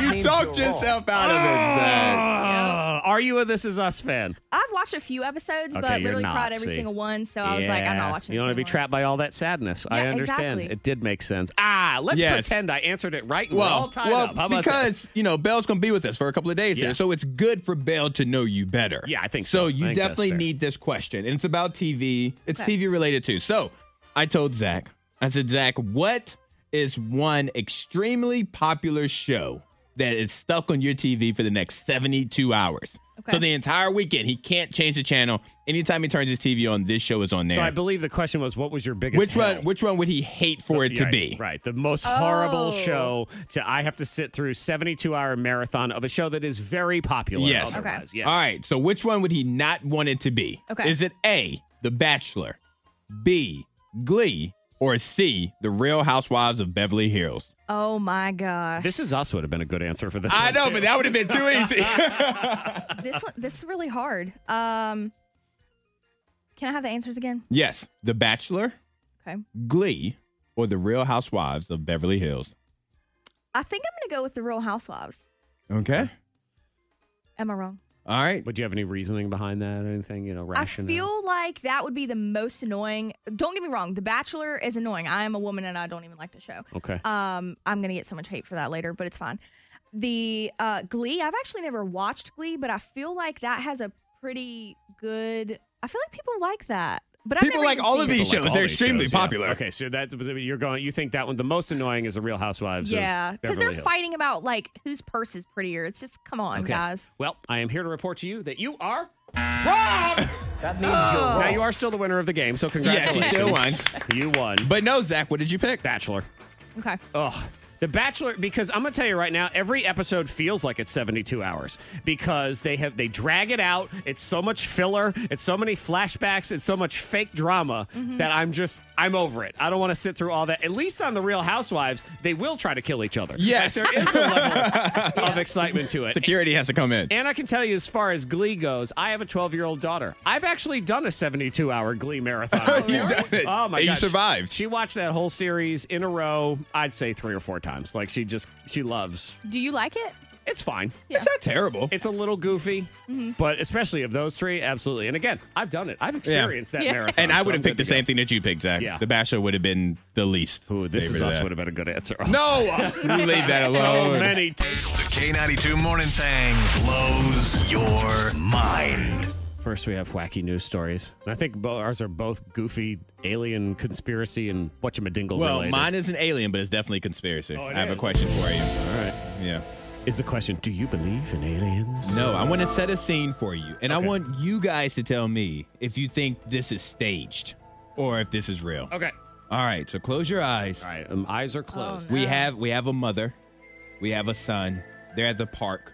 B: You talked yourself out of
A: Oh.
B: it, Zach.
A: Ah, are you a This Is Us fan?
C: I've watched a few episodes,
A: Okay,
C: but
A: you're
C: literally
A: not,
C: cried every
A: see.
C: single one. So Oh, I was like, I'm
A: Yeah.
C: not watching.
A: You
C: this
A: don't want to be
C: anymore.
A: trapped by all that sadness. I
C: Yeah,
A: understand.
C: exactly.
A: It did make sense. Ah, let's
B: Yes.
A: pretend I answered it right and we're all
B: Well,
A: tied
B: well
A: up. How about that?
B: because, you know, Belle's going to be with us for a couple of days
A: Yeah.
B: here, so it's good for Belle to know you better.
A: Yeah, I think so.
B: So
A: I
B: you
A: think that's
B: definitely
A: fair.
B: need this question, and it's about TV. It's TV related, too. So I told Zach, I said, Zach, what is one extremely popular show that is stuck on your TV for the next 72 hours?
C: Okay.
B: So the entire weekend, he can't change the channel. Anytime he turns his TV on, this show is on there.
A: So I believe the question was, what was your biggest
B: which
A: hell?
B: one? Which one would he hate for it to
A: right,
B: be?
A: Right. The most horrible
C: Oh.
A: show to I have to sit through 72 hour marathon of a show that is very popular.
B: Yes.
C: Okay.
A: otherwise. Yes.
B: All right. So which one would he not want it to be?
C: Okay.
B: Is it A, The Bachelor, B, Glee, or C, The Real Housewives of Beverly Hills?
C: Oh my gosh, this,
A: This is us would have been a good answer for this.
B: I
A: one,
B: know,
A: too.
B: but that would have been too easy.
C: one, this is really hard. Um, can I have the answers again?
B: yes. The Bachelor,
C: Okay,
B: Glee, or The Real Housewives of Beverly Hills.
C: I think I'm gonna go with the Real Housewives.
B: Okay.
C: Am I wrong?
B: All right.
A: Would you have any reasoning behind that? Anything you know,
C: I
A: rational?
C: feel like that would be the most annoying. Don't get me wrong, The Bachelor is annoying. I am a woman and I don't even like the show.
A: Okay.
C: Um, I'm gonna get so much hate for that later, but it's fine. The uh, Glee, I've actually never watched Glee, but I feel like that has a pretty good. I feel like people like that, but I've
B: People
C: never
B: like
C: even
B: all
C: seen
B: of
C: it.
B: these shows.
A: all
B: They're
A: these
B: extremely
A: shows, yeah.
B: popular.
A: Okay, so that's you're going. You think that one the most annoying is the Real Housewives?
C: Yeah,
A: because
C: because they're fighting about like whose purse is prettier. It's just come on, guys.
A: Well, I am here to report to you that you are wrong.
J: That means you're
C: Oh.
A: Now you are still the winner of the game, so
B: you
A: congratulations.
B: still
A: You won.
B: But no, Zach, what did you pick?
A: Bachelor.
C: Okay.
A: Ugh. The Bachelor, because I'm gonna tell you right now, every episode feels like it's 72 hours because they have they drag it out. It's so much filler, it's so many flashbacks, it's so much fake drama that I'm just I'm over it. I don't want to sit through all that. At least on the Real Housewives, they will try to kill each other.
B: Yes.
A: Like, there is a level of excitement to it.
B: Security has to come in.
A: And I can tell you, as far as Glee goes, I have a 12 year old daughter. I've actually done a 72 hour Glee marathon. before.
B: You've done it.
A: Oh my
B: And you
A: god, she-
B: survived.
A: She watched that whole series in a row. I'd say three or four times. Like she just she loves.
C: Do you like it?
A: It's fine.
B: It's not terrible.
A: It's a little goofy, but especially of those three, absolutely. And again, I've done it. I've experienced that
C: Yeah.
A: marathon.
B: and I
A: so
B: would
A: I'm
B: have picked the
A: good to
B: same thing that you picked, Zach.
A: Yeah.
B: The Bachelor would have been the least.
A: go. Ooh, this is
B: favorite of
A: us
B: that.
A: would have been a good answer.
B: No, you leave that
A: so
B: alone.
A: many. T-
I: The K92 Morning Thang blows your mind.
A: First, we have wacky news stories. And I think bo- ours are both goofy alien conspiracy and whatchamadingle
B: Well,
A: related.
B: mine is an alien, but it's definitely a conspiracy.
A: Oh, it
B: I have a
A: is.
B: question for you.
A: All right.
B: Yeah.
A: is the question do you believe in aliens
B: No, I want to set a scene for you, and I want you guys to tell me if you think this is staged or if this is real.
A: okay
B: All right, so close your eyes.
A: all right um, eyes are closed
B: We have we have a mother, we have a son. They're at the park.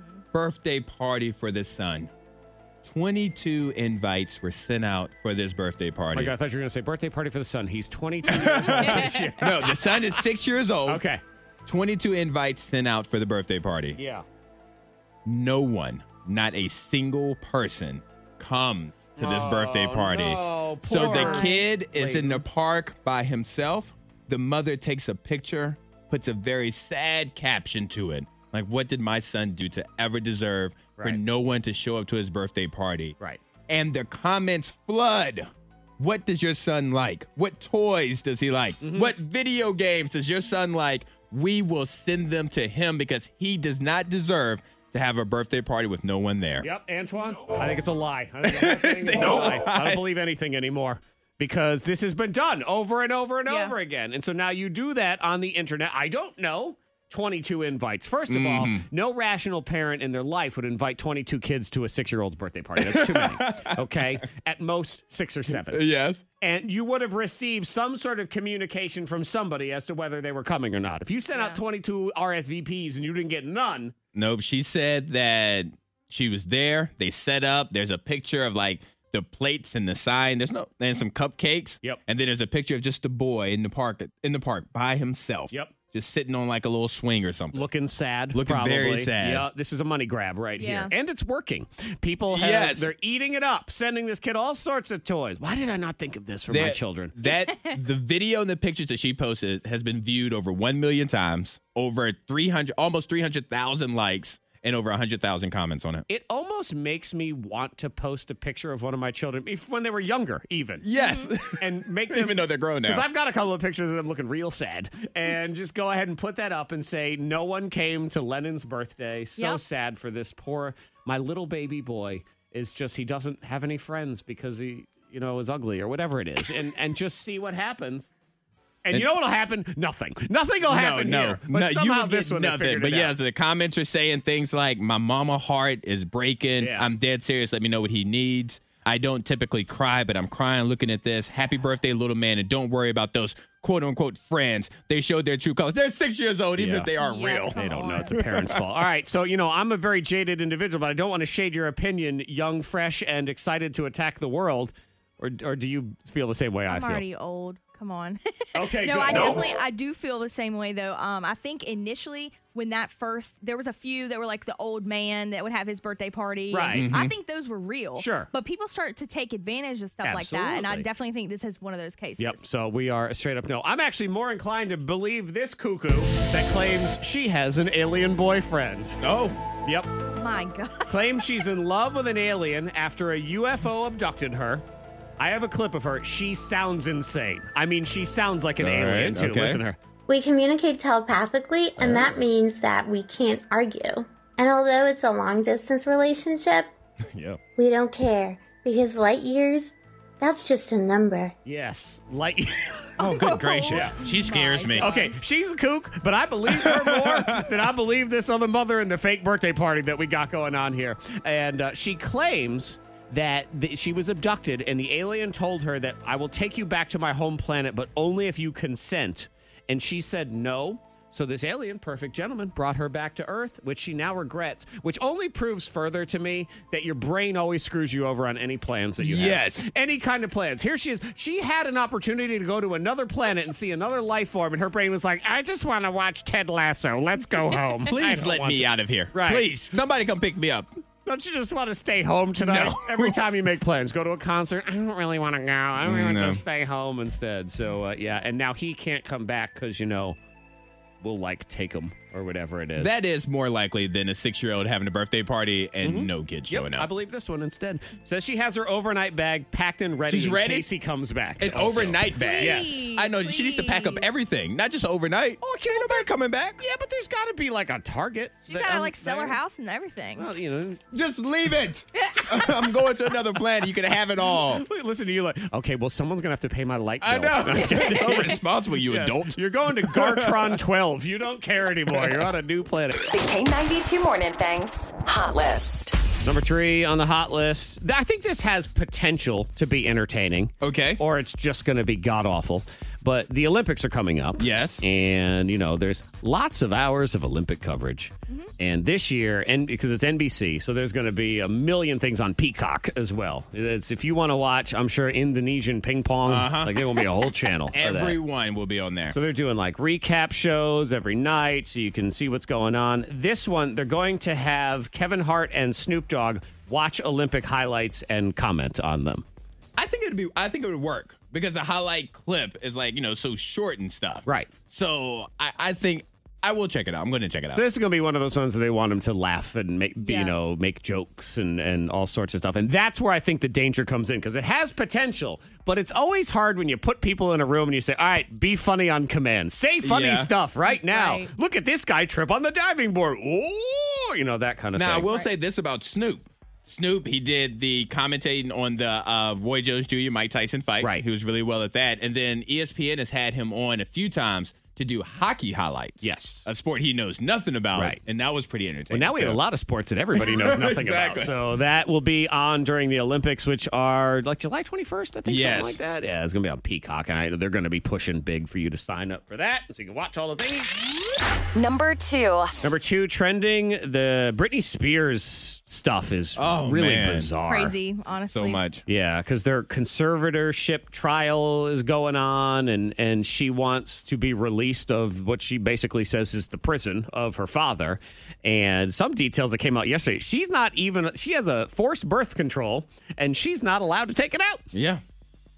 A: Mm-hmm.
B: Birthday party for this son. 22 invites were sent out for this birthday
A: oh my
B: party.
A: god i thought you were gonna say birthday party for the son he's 22 years old this year
B: no, the son is 6 years old.
A: okay
B: 22 invites sent out for the birthday party.
A: yeah
B: no one, not a single person, comes to this birthday party.
A: Oh, no,
B: so the
A: poor
B: kid is in the park by himself. The mother takes a picture, puts a very sad caption to it. Like, what did my son do to ever deserve for
A: Right.
B: no one to show up to his birthday party?
A: right
B: And the comments flood. What does your son like? What toys does he like?
A: Mm-hmm.
B: What video games does your son like? We will send them to him because he does not deserve to have a birthday party with no one there.
A: yep antoine i think it's a lie i think the whole thing is a lie. i don't believe anything anymore because this has been done over and over and
C: Yeah.
A: over again and so now you do that on the internet i don't know 22 invites. First of all, no rational parent in their life would invite 22 kids to a six year old's birthday party. That's too many. okay. At most six or seven.
B: Yes.
A: and you would have received some sort of communication from somebody as to whether they were coming or not. If you sent out 22 RSVPs and you didn't get none,
B: Nope. She said that she was there. They set up. There's a picture of like the plates and the sign. There's no and some cupcakes.
A: Yep.
B: And then there's a picture of just the boy in the park in the park by himself.
A: Yep.
B: Just sitting on like a little swing or something.
A: looking sad,
B: Looking
A: probably.
B: very sad.
A: Yeah, this is a money grab right
C: Yeah.
A: here, and it's working. People, have,
B: Yes.
A: they're eating it up, sending this kid all sorts of toys. Why did I not think of this for my
B: That-
A: children?
B: That the video and the pictures that she posted has been viewed over one million times, over three hundred, almost three hundred thousand likes, and over hundred thousand comments on it.
A: It almost makes me want to post a picture of one of my children, if when they were younger, even.
B: Yes,
A: and make them
B: even though they're grown
A: Because
B: now.
A: I've got a couple of pictures of them looking real sad, and just go ahead and put that up and say no one came to Lennon's birthday. So
C: Yep.
A: sad for this poor my little baby boy is just he doesn't have any friends because he you know is ugly or whatever it is, and and just see what happens. And, you know what'll happen? Nothing. Nothing will happen
B: no,
A: here. But
B: no, you
A: somehow
B: would
A: this
B: get
A: one they
B: nothing.
A: figured
B: But
A: it out.
B: yes, the comments are saying things like, "My mama heart is breaking.
A: Yeah.
B: I'm dead serious. Let me know what he needs. I don't typically cry, but I'm crying looking at this. Happy birthday, little man, and don't worry about those quote unquote friends. They showed their true colors. They're six years old, even
A: Yeah.
B: if they aren't
C: Yeah,
B: real.
C: come
A: They don't know.
C: on.
A: It's a parent's fault. All right. So, you know, I'm a very jaded individual, but I don't want to shade your opinion, young, fresh, and excited to attack the world. Or, or do you feel the same way I
C: I'm
A: feel?
C: already old. Come on.
A: Okay,
C: no,
A: good.
C: I
A: No.
C: definitely I do feel the same way though. Um, I think initially when that first there was a few that were like the old man that would have his birthday party. and
A: Right. Mm-hmm.
C: I think those were real.
A: Sure.
C: But people start to take advantage of stuff like that, and I
A: Absolutely.
C: definitely think this is one of those cases.
A: Yep. So we are straight up no. I'm actually more inclined to believe this cuckoo that claims she has an alien boyfriend.
B: Oh,
A: Yep.
C: my God.
A: claims she's in love with an alien after a UFO abducted her. I have a clip of her. She sounds insane. I mean, she sounds like an
B: All
A: alien
B: right,
A: too.
B: okay.
A: Listen to her.
J: We communicate telepathically, and that means that we can't argue. And although it's a long distance relationship,
B: yeah.
J: we don't care because light years, that's just a number.
A: Yes, light.
B: Oh, good gracious. She scares me.
A: okay, she's a kook, but I believe her more than I believe this other mother in the fake birthday party that we got going on here. And uh, she claims that th- she was abducted, and the alien told her that I will take you back to my home planet, but only if you consent. And she said no. So this alien, perfect gentleman, brought her back to Earth, which she now regrets, which only proves further to me that your brain always screws you over on any plans that you have
B: Yes.
A: any kind of plans. Here she is. She had an opportunity to go to another planet and see another life form, and her brain was like, "I just want to watch Ted Lasso. Let's go home. I
B: Please
A: don't
B: let
A: want
B: me
A: to-
B: out of here.
A: Right.
B: Please, somebody come pick me up.
A: Don't you just want to stay home tonight?
B: No.
A: Every time you make plans, go to a concert. I don't really want to go. I really want
B: No.
A: to stay home instead. So uh, yeah, and now he can't come back because you know we'll like take him or whatever it is.
B: That is more likely than a six year old having a birthday party and no kids
A: Mm-hmm. Yep,
B: showing
A: I
B: up.
A: believe this one instead. Says she has her overnight bag packed and ready
B: She's
A: in
B: ready?
A: case he comes back.
B: An
A: also.
B: overnight bag.
A: Yes.
B: I know she needs to pack up
C: please.
B: everything, not just overnight. Oh, can't nobody coming back.
A: Yeah, but there's got to be like a target.
C: She
A: that-
C: gotta
A: um,
C: like sell her
A: there.
C: house and everything.
A: Well, you know,
B: Just leave it. I'm going to another planet. You can have it all.
A: we listen to you like, okay, well, someone's going to have to pay my light bill.
B: I know. It's so responsible, you
A: Yes,
B: adult.
A: You're going to Gartron 12. You don't care anymore. You're on a new planet.
D: The K92 Morning Thang's Hot List.
A: Number three on the hot list. Th- I think this has potential to be entertaining.
B: Okay.
A: Or it's just going to be god awful. But the Olympics are coming up.
B: Yes.
A: And, you know, there's lots of hours of Olympic coverage.
B: Mm-hmm.
A: And this year, and because it's NBC, so there's going to be a million things on Peacock as well. It's, if you want to watch, I'm sure Indonesian ping pong,
B: Uh-huh.
A: like there will be a whole channel. for that.
B: Everyone will be on there.
A: So they're doing like recap shows every night so you can see what's going on. This one, they're going to have Kevin Hart and Snoop Dogg watch Olympic highlights and comment on them.
B: I think it'd be. I think it would work because the highlight clip is like you know so short and stuff.
A: Right.
B: So I, I think I will check it out. I'm going to check it out.
A: So this is going to be one of those ones that they want them to laugh and make you
C: Yeah.
A: know make jokes and and all sorts of stuff. And that's where I think the danger comes in because it has potential, but it's always hard when you put people in a room and you say, "All right, be funny on command. Say funny
B: Yeah.
A: stuff right now.
C: Right.
A: Look at this guy trip on the diving board. Ooh, you know that kind of
B: now I
A: thing."
B: will say this about Snoop. Snoop, he did the commentating on the uh, Roy Jones Jr. Mike Tyson fight.
A: Right.
B: He was really well at that. And then E ESPN has had him on a few times to do hockey highlights.
A: Yes.
B: A sport he knows nothing about.
A: Right.
B: And that was pretty entertaining.
A: Well, now we have
B: too.
A: a lot of sports that everybody knows nothing
B: Exactly.
A: about. So that will be on during the Olympics, which are like July 21st, I think,
B: Yes.
A: something like that. Yeah, it's going to be on Peacock, and I, they're going to be pushing big for you to sign up for that, so you can watch all the things.
D: Number two.
A: Number two, trending the Britney Spears stuff is
B: Oh,
A: really
B: man.
A: bizarre.
C: Crazy, honestly.
B: So much.
A: Yeah, because their conservatorship trial is going on, and and she wants to be released of what she basically says is the prison of her father. And some details that came out yesterday, she's not even she has a forced birth control, and she's not allowed to take it out.
B: Yeah.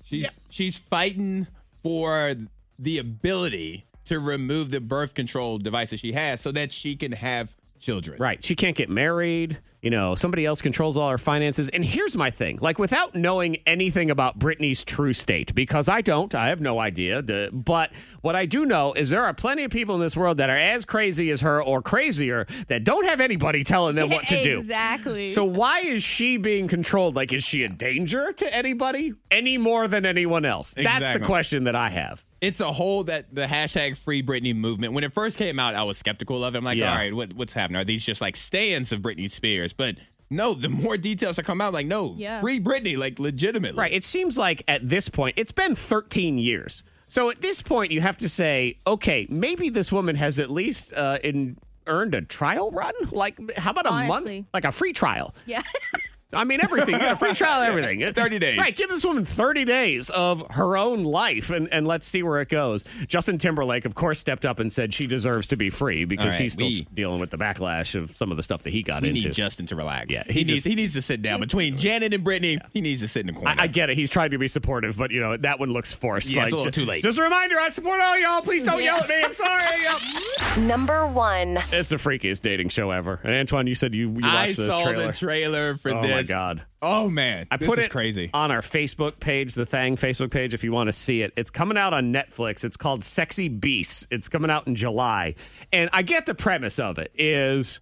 B: She's, she's fighting for the ability to remove the birth control device that she has so that she can have children.
A: Right, she can't get married. You know, somebody else controls all her finances. And here's my thing: like, without knowing anything about Britney's true state, because I don't, I have no idea. The- But what I do know is there are plenty of people in this world that are as crazy as her or crazier that don't have anybody telling them what to do.
C: Exactly.
A: So why is she being controlled? Like, is she a danger to anybody any more than anyone else? That's
B: Exactly.
A: the question that I have.
B: it's a whole that the hashtag free Britney movement. When it first came out, I was skeptical of it. I'm like,
A: Yeah.
B: all right, what, what's happening? Are these just like stands of Britney Spears? But no, the more details that come out, like, no,
C: Yeah.
B: free Britney, like legitimately.
A: Right. It seems like at this point, it's been 13 years. So at this point, you have to say, okay, maybe this woman has at least uh, in, earned a trial run. Like, how about a
C: Honestly.
A: month? Like a free trial.
C: yeah.
A: I mean, everything. You got a free trial, of everything.
B: 30 days.
A: Right. Give this woman 30 days of her own life and, and let's see where it goes. Justin Timberlake, of course, stepped up and said she deserves to be free because
B: All right,
A: he's still
B: we-
A: dealing with the backlash of some of the stuff that he got
B: We
A: into.
B: need Justin to relax.
A: Yeah,
B: he,
A: he
B: needs
A: just-
B: he needs to sit down. Between Janet and Brittany, he needs to sit in the corner.
A: I, I get it. He's trying to be supportive, but you know that one looks forced.
B: Yeah, it's a little
A: ju-
B: too late.
A: Just a reminder: I support all y'all. Please don't yell at me. I'm sorry.
D: Number one.
A: It's the freakiest dating show ever. And Antoine, you said you, you watched
B: I
A: the
B: saw
A: trailer.
B: the trailer for
A: oh
B: this.
A: my god!
B: Oh man,
A: I
B: this
A: put
B: is
A: it
B: crazy.
A: on our Facebook page, the Thang Facebook page. If you want to see it, it's coming out on Netflix. It's called Sexy Beasts. It's coming out in July, and I get the premise of it is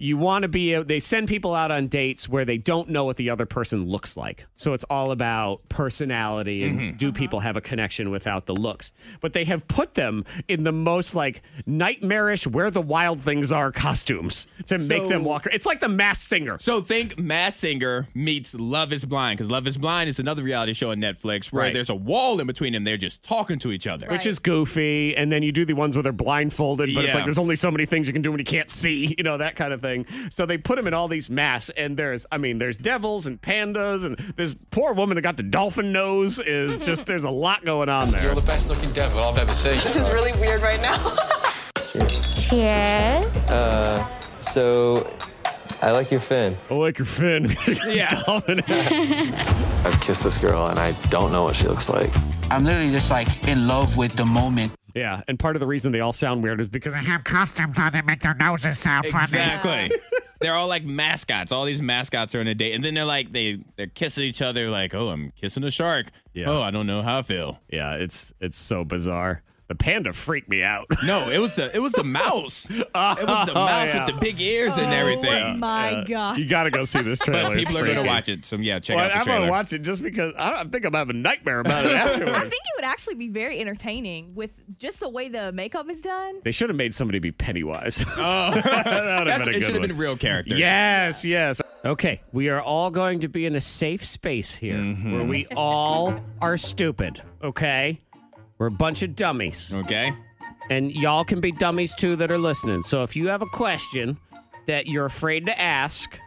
A: you want to be they send people out on dates where they don't know what the other person looks like so it's all about personality and
B: Mm-hmm.
A: do people have a connection without the looks but they have put them in the most like nightmarish where the wild things are costumes to make them
B: So-
A: walk it's like the mass singer
B: So think Mass Singer meets Love Is Blind because Love Is Blind is another reality show on Netflix where
A: Right.
B: there's a wall in between them. They're just talking to each other.
A: which is goofy and then you do the ones where they're blindfolded but it's
B: Yeah.
A: like there's only so many things you can do when you can't see you know that kind of thing so they put them in all these masks and there's i mean there's devils and pandas and this poor woman that got the dolphin nose is just there's a lot going on there
K: the best looking devil I've ever seen.
L: This is really weird right now.
J: Cheers.
K: Uh, so I like your fin.
A: I like your fin.
B: Yeah.
K: I've kissed this girl and I don't know what she looks like.
M: I'm literally just like in love with the moment.
A: yeah and part of the reason they all sound weird is because they have costumes on that make their noses sound
B: Exactly. they're all like mascots. All these mascots are on a date, and then they're like they they're kissing each other. Like, oh, I'm kissing a shark.
A: Yeah.
B: Oh, I don't know how I feel.
A: yeah it's it's so bizarre the panda freaked me out
B: No, it was the it was the mouse. it was the mouse
A: Oh, yeah.
B: with the big ears and everything.
C: Oh my gosh.
A: you gotta go see this
B: But
A: trailer
B: people
A: It's
B: are going to
A: freaky.
B: watch it. So yeah, check
A: Well,
B: out the
A: I'm
B: trailer.
A: gonna watch it just because I don't think I'm having a nightmare about it
C: I
A: afterwards.
C: think it would actually be very entertaining with just the way the makeup is done.
A: They should have made somebody be Pennywise. Oh, that would have
B: That's-
A: been a
B: it should
A: good
B: have
A: one.
B: been real characters.
A: Yes, yes. Okay, we are all going to be in a safe space here
B: Mm-hmm.
A: where we all are stupid, okay? We're a bunch of dummies.
B: Okay.
A: And y'all can be dummies too that are listening. So if you have a question that you're afraid to ask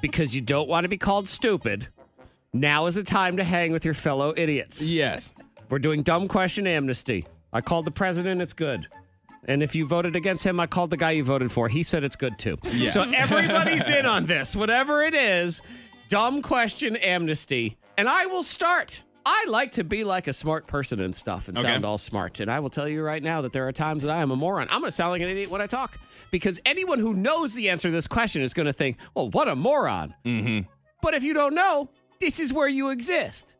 A: because you don't want to be called stupid, now is the time to hang with your fellow idiots.
B: Yes.
A: We're doing dumb question amnesty. I called the president, it's good. And if you voted against him, I called the guy you voted for. He said it's good too.
B: Yeah.
A: So everybody's in on this. Whatever it is, dumb question amnesty. And I will start. I like to be like a smart person and stuff and
B: Okay.
A: sound all smart. And I will tell you right now that there are times that I am a moron. I'm going to sound like an idiot when I talk because anyone who knows the answer to this question is going to think, well, what a moron.
B: Mm-hmm.
A: But if you don't know, this is where you exist.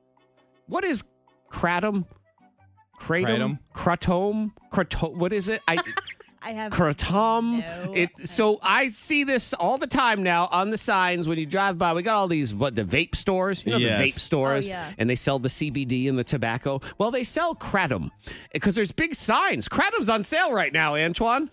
A: What is kratom? Kratom? Kratom? Kratom? What is it? I
C: I have
A: kratom.
C: No
A: it so I see this all the time now on the signs when you drive by. We got all these what the vape stores, you know
B: Yes.
A: the vape stores,
C: Oh, yeah.
A: and they sell the CBD and the tobacco. Well, they sell kratom because there's big signs. Kratom's on sale right now, Antoine.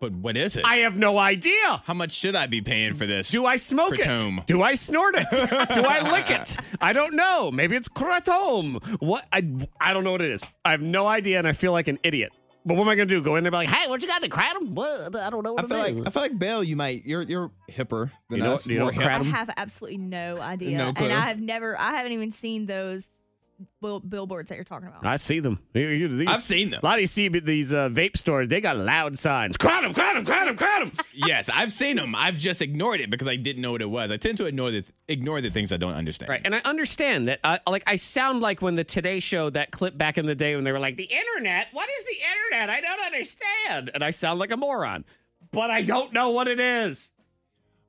B: But what is it?
A: I have no idea.
B: How much should I be paying for this?
A: Do I smoke
B: Kratom.
A: it? Do I snort it? Do I lick it? I don't know. Maybe it's kratom. What? I, I don't know what it is. I have no idea, and I feel like an idiot. But what am I going to do? Go in there and be like, hey, what you got in kratom? What? I don't know what
B: I feel
A: it
B: like
A: is.
B: I feel like Bell. You might you're you're hipper than
A: You know-
B: us.
A: you know
B: more
A: what
B: hip.
C: I
A: Adam?
C: have absolutely no idea.
B: No clue.
C: and I have never, I haven't even seen those bill- billboards that you're talking about.
A: I see them. You- you- these-
B: I've seen them.
A: A lot of these, CB these uh, vape stores, they got loud signs. Kratom, kratom, kratom, kratom.
B: Yes, I've seen them. I've just ignored it because I didn't know what it was. I tend to ignore the ignore the things I don't understand.
A: Right, and I understand that. Uh, like, I sound like when the Today Show that clip back in the day when they were like, "The internet? What is the internet? I don't understand," and I sound like a moron, but I don't know what it is.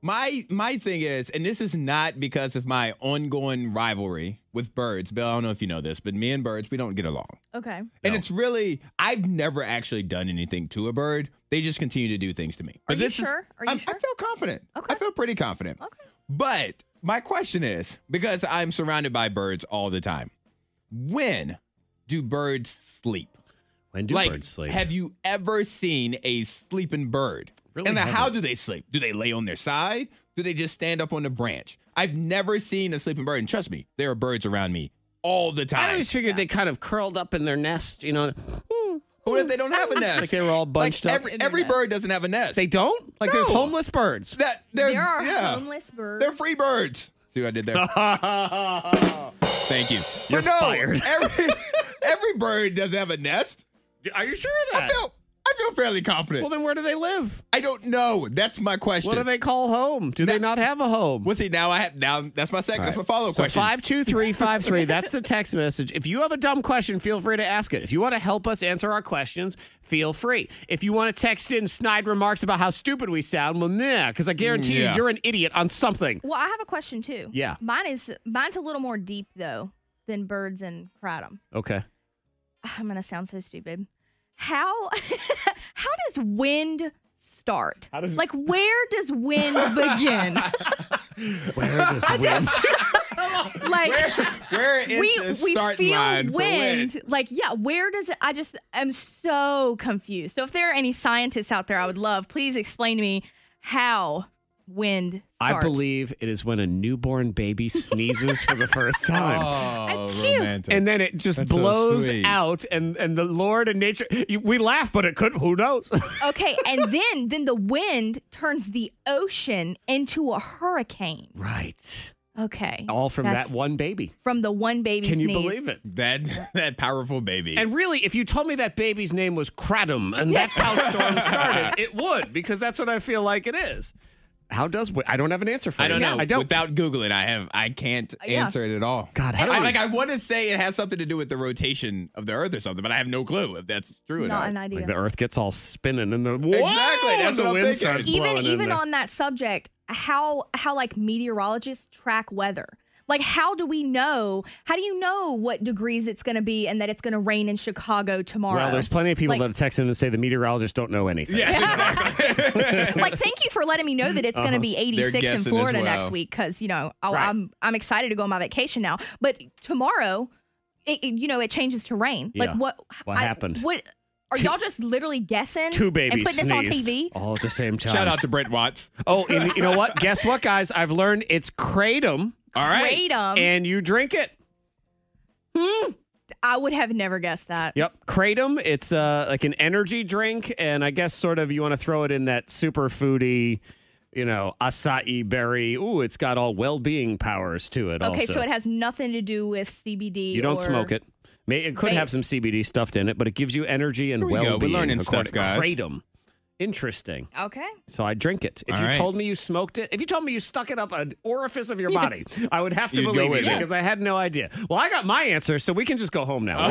B: My my thing is, and this is not because of my ongoing rivalry with birds. Bill, I don't know if you know this, but me and birds, we don't get along.
C: okay.
B: And it's really, I've never actually done anything to a bird. They just continue to do things to me.
C: Are
B: But
C: you
B: this
C: sure? Are
B: Is,
C: you
B: I'm- I
C: sure?
B: feel confident.
C: Okay.
B: I feel pretty confident.
C: Okay.
B: But my question is because I'm surrounded by birds all the time, when do birds sleep?
A: When do
B: like,
A: birds sleep?
B: have you ever seen a sleeping bird?
A: Really
B: and then how
A: haven't.
B: do they sleep? Do they lay on their side? Do they just stand up on a branch? I've never seen a sleeping bird. And trust me, there are birds around me all the
A: I
B: time.
A: always figured they kind of curled up in their nest, you know.
B: But what if they don't have a nest?
A: Like they were all bunched
B: Like,
A: up.
B: Every,
C: In their
B: every
C: nest.
B: bird doesn't have a nest.
A: They don't? Like there's
B: No.
A: homeless birds.
B: that they're,
C: There are
B: yeah,
C: homeless birds.
B: They're free birds. Stu I did there? Thank you. You're no, fired. Every, every bird does have a nest.
A: Are you sure of that?
B: I feel, I feel fairly confident.
A: Well, then where do they live?
B: I don't know. That's my question.
A: What do they call home? Do they not have a home?
B: Well, see, now I have now that's my second.
A: All right.
B: That's my follow up
A: So
B: question.
A: five two three five three. That's the text message. If you have a dumb question, feel free to ask it. If you want to help us answer our questions, feel free. If you want to text in snide remarks about how stupid we sound, well, nah, because I guarantee
B: Yeah.
A: you, you're an idiot on something.
C: Well, I have a question too.
A: Yeah.
C: Mine is mine's a little more deep though than birds and kratom.
A: Okay.
C: I'm gonna sound so stupid. How how does wind start?
A: How does-
C: like where does wind begin?
A: Where does
C: I just like
B: Where is
C: we
B: the
C: we
B: start
C: feel
B: line
C: wind.
B: for wind?
C: Like yeah, where does it? I just am so confused. So if there are any scientists out there, I would love please explain to me how wind.
A: I
C: Starts.
A: believe it is when a newborn baby sneezes for the first time.
B: Oh,
C: Achoo.
B: romantic.
A: And then it just
B: That's so
A: blows
B: sweet.
A: out, and, and the Lord and nature. you- We laugh, but it could. Who knows?
C: Okay, and then then the wind turns the ocean into a hurricane.
A: right.
C: Okay,
A: All from
C: That's
A: that one baby.
C: from the one baby.
A: Can you
C: sneeze.
A: believe it?
B: that that powerful baby.
A: And really, if you told me that baby's name was Kratom and that's how Storm started, it would because that's what I feel like it is. How does I don't have an answer for
B: I
A: you.
B: don't know.
A: I don't.
B: Without googling, I have I can't
C: Uh, yeah.
B: answer it at all.
A: God, how do
B: I,
A: we-
B: like I want to say it has something to do with the rotation of the Earth or something, but I have no clue if that's true or
C: Not
B: not.
C: an idea.
A: like the Earth gets all spinning and the
B: Exactly, that's
A: the
B: what I'm
A: wind
B: thinking.
A: starts blowing
C: even
A: in
C: even
A: there.
C: on that subject, how how like meteorologists track weather? Like how do we know? How do you know what degrees it's going to be and that it's going to rain in Chicago tomorrow?
A: Well, there's plenty of people
C: Like-
A: that text in and say the meteorologists don't know anything.
B: Yes, exactly.
C: like thank you for letting me know that it's
A: Uh-huh.
C: going to be 86
B: guessing
C: in
B: as
C: Florida
B: well.
C: next week cuz you know I'll,
A: Right.
C: I'm I'm excited to go on my vacation now but tomorrow it, it- you know it changes to rain
A: Yeah.
C: like what
A: What happened?
C: what are
A: Two-
C: y'all just literally guessing
A: Two babies
C: and putting
A: sneezed
C: this on TV
A: all at the same time.
B: Shout out to Brett Watts.
A: Oh, and you know what? Guess what, guys? I've learned it's kratom,
B: All right.
C: Kratom
A: and you drink it. Hmm?
C: I would have never guessed that
A: Yep, kratom. It's uh, like an energy drink, and I guess sort of you want to throw it in that super foody, you know, acai berry. Ooh, it's got all well-being powers to it.
C: okay
A: also.
C: so it has nothing to do with CBD
A: you don't
C: or-
A: smoke it. May, it could
C: Vape.
A: have some CBD stuffed in it, but it gives you energy and
B: Here we go. We're
A: well-being.
B: learning
A: according-
B: stuff, guys.
A: Kratom, interesting.
C: okay
A: So I drink it. If
B: All
A: you
B: right.
A: told me you smoked it, if you told me you stuck it up an orifice of your body, I would have to
B: You'd go
A: believe you
B: with it.
A: because I had no idea. Well, I got my answer, so we can just go home now.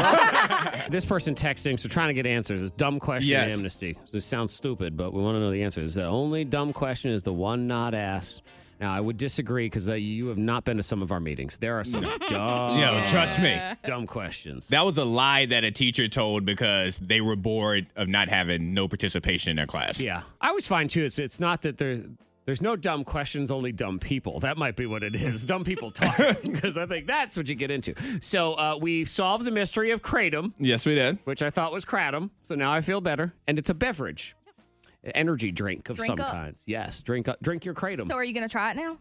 A: this person texting, so trying to get answers. This dumb question
B: Yes.
A: amnesty. This sounds stupid, but we want to know the answers. The only dumb question is the one not asked. Now I would disagree because uh, you have not been to some of our meetings. There are some dumb,
B: Yo, trust me.
A: dumb questions.
B: That was a lie that a teacher told because they were bored of not having no participation in their class.
A: Yeah, I always find too. It's it's not that there there's no dumb questions, only dumb people. That might be what it is. dumb people talking because I think that's what you get into. So uh, we solved the mystery of kratom,
B: Yes, we did.
A: which I thought was kratom. So now I feel better, and it's a beverage, An energy drink of
C: Drink
A: some
C: up.
A: kind. Yes, drink up, drink your kratom.
C: so are you going to try it now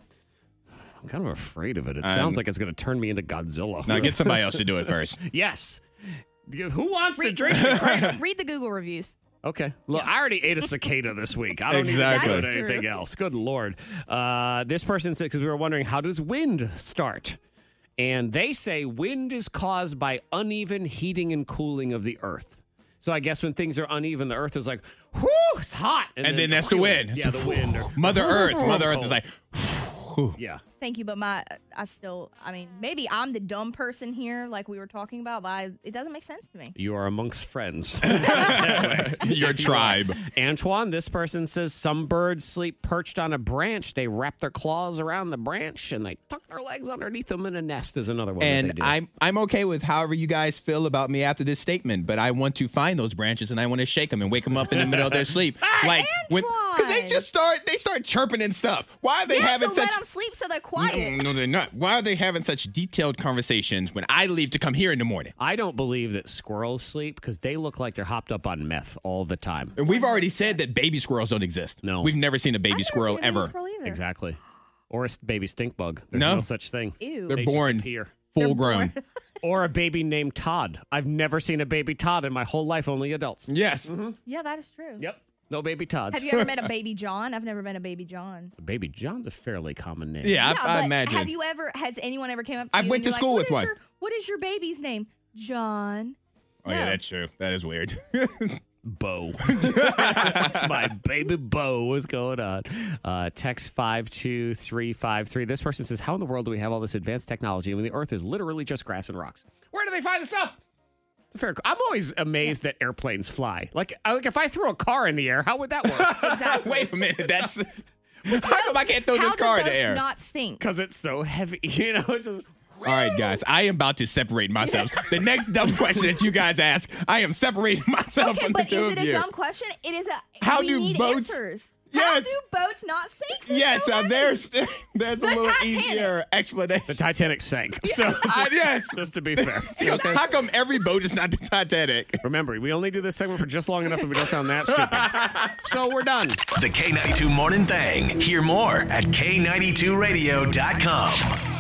A: I'm kind of afraid of it. It
B: I'm-
A: sounds like it's going to turn me into Godzilla.
B: Now get somebody else to do it first.
A: yes. Who wants to
C: Read-
A: drink your kratom?
C: read the Google reviews
A: Okay. Look, I already ate a cicada this week. I don't
B: Exactly.
A: need to
B: That
A: do
C: is true.
A: anything else. Good lord. Uh, this person said because we were wondering how does wind start, and they say wind is caused by uneven heating and cooling of the earth. So I guess when things are uneven, the earth is like, whoo, it's hot,
B: And then that's the wind.
A: Yeah, the wind. or-
B: Mother Earth. Mother Earth is
A: Cold.
B: like,
A: yeah.
C: Thank you, but my I still I mean maybe I'm the dumb person here, like we were talking about, but I, it doesn't make sense to me.
A: You are amongst friends.
B: your tribe.
A: Antoine, this person says some birds sleep perched on a branch. They wrap their claws around the branch and they tuck their legs underneath them in a nest is another one. that they
B: And
A: do.
B: I'm I'm okay with however you guys feel about me after this statement, but I want to find those branches and I want to shake them and wake them up in the middle of their sleep, like because they
C: Antoine!
B: just start they start chirping and stuff. Why are they
C: yeah,
B: having
C: so
B: such?
C: let them sleep so they're quiet.
B: Mm, No, they're not. Why are they having such detailed conversations when I leave to come here in the morning?
A: I don't believe that squirrels sleep because they look like they're hopped up on meth all the time.
B: And we've already said that baby squirrels don't exist.
A: No.
B: we've never seen a
C: I've
B: baby
C: never
B: squirrel
C: seen a baby
B: ever.
C: squirrel either.
A: Exactly. Or a s- baby stink bug. There's no,
B: No.
A: such thing.
C: Ew.
B: They're
A: They just
B: born
A: appear.
B: full grown.
A: Or a baby named Todd. I've never seen a baby Todd in my whole life, only adults.
C: Mm-hmm.
B: Yes.
C: Yeah, that is true.
A: Yep. No baby Todd.
C: Have you ever met a baby John? I've never met a baby John.
A: Baby John's a fairly common name.
B: Yeah, I- I,
C: but
B: imagine.
C: Have you ever? Has anyone ever came up? to
B: I
C: you
B: went
C: and
B: to
C: you're
B: school
C: like,
B: with
C: "What
B: one."
C: is your- what is your baby's name? John.
B: oh yeah,
C: No.
B: that's true. That is weird.
A: Bo. That's my baby Bo. What's going on? Uh, text 52353. This person says, How in the world do we have all this advanced technology when the earth is literally just grass and rocks? Where do they find the stuff? It's a fair. I'm always amazed that airplanes fly. Like, I- like if I threw a car in the air, how would that work?
C: Exactly.
B: Wait a minute. That's how come I can't throw
C: How
B: this
C: do
B: car in the
C: boats
B: air?
C: Not sink.
A: Because it's so heavy, you know. It's just-
B: All right, guys, I am about to separate myself. The next dumb question that you guys ask, I am separating myself
C: Okay,
B: from the
C: but
B: two
C: is
B: of
C: it a
B: you.
C: dumb question? It is a.
B: How
C: we
B: do
C: need
B: boats-
C: Answers. How
B: Yes.
C: do boats not sink? There's
B: yes,
C: no
B: uh,
C: way.
B: there's there's a
C: The
B: little
C: Titanic.
B: easier explanation.
A: the Titanic sank. So, just,
B: Uh, yes.
A: just to be fair. Okay.
B: How come every boat is not the Titanic?
A: Remember, we only do this segment for just long enough that we don't sound that stupid. so we're done.
I: The K92 Morning Thang. Hear more at K92Radio.com.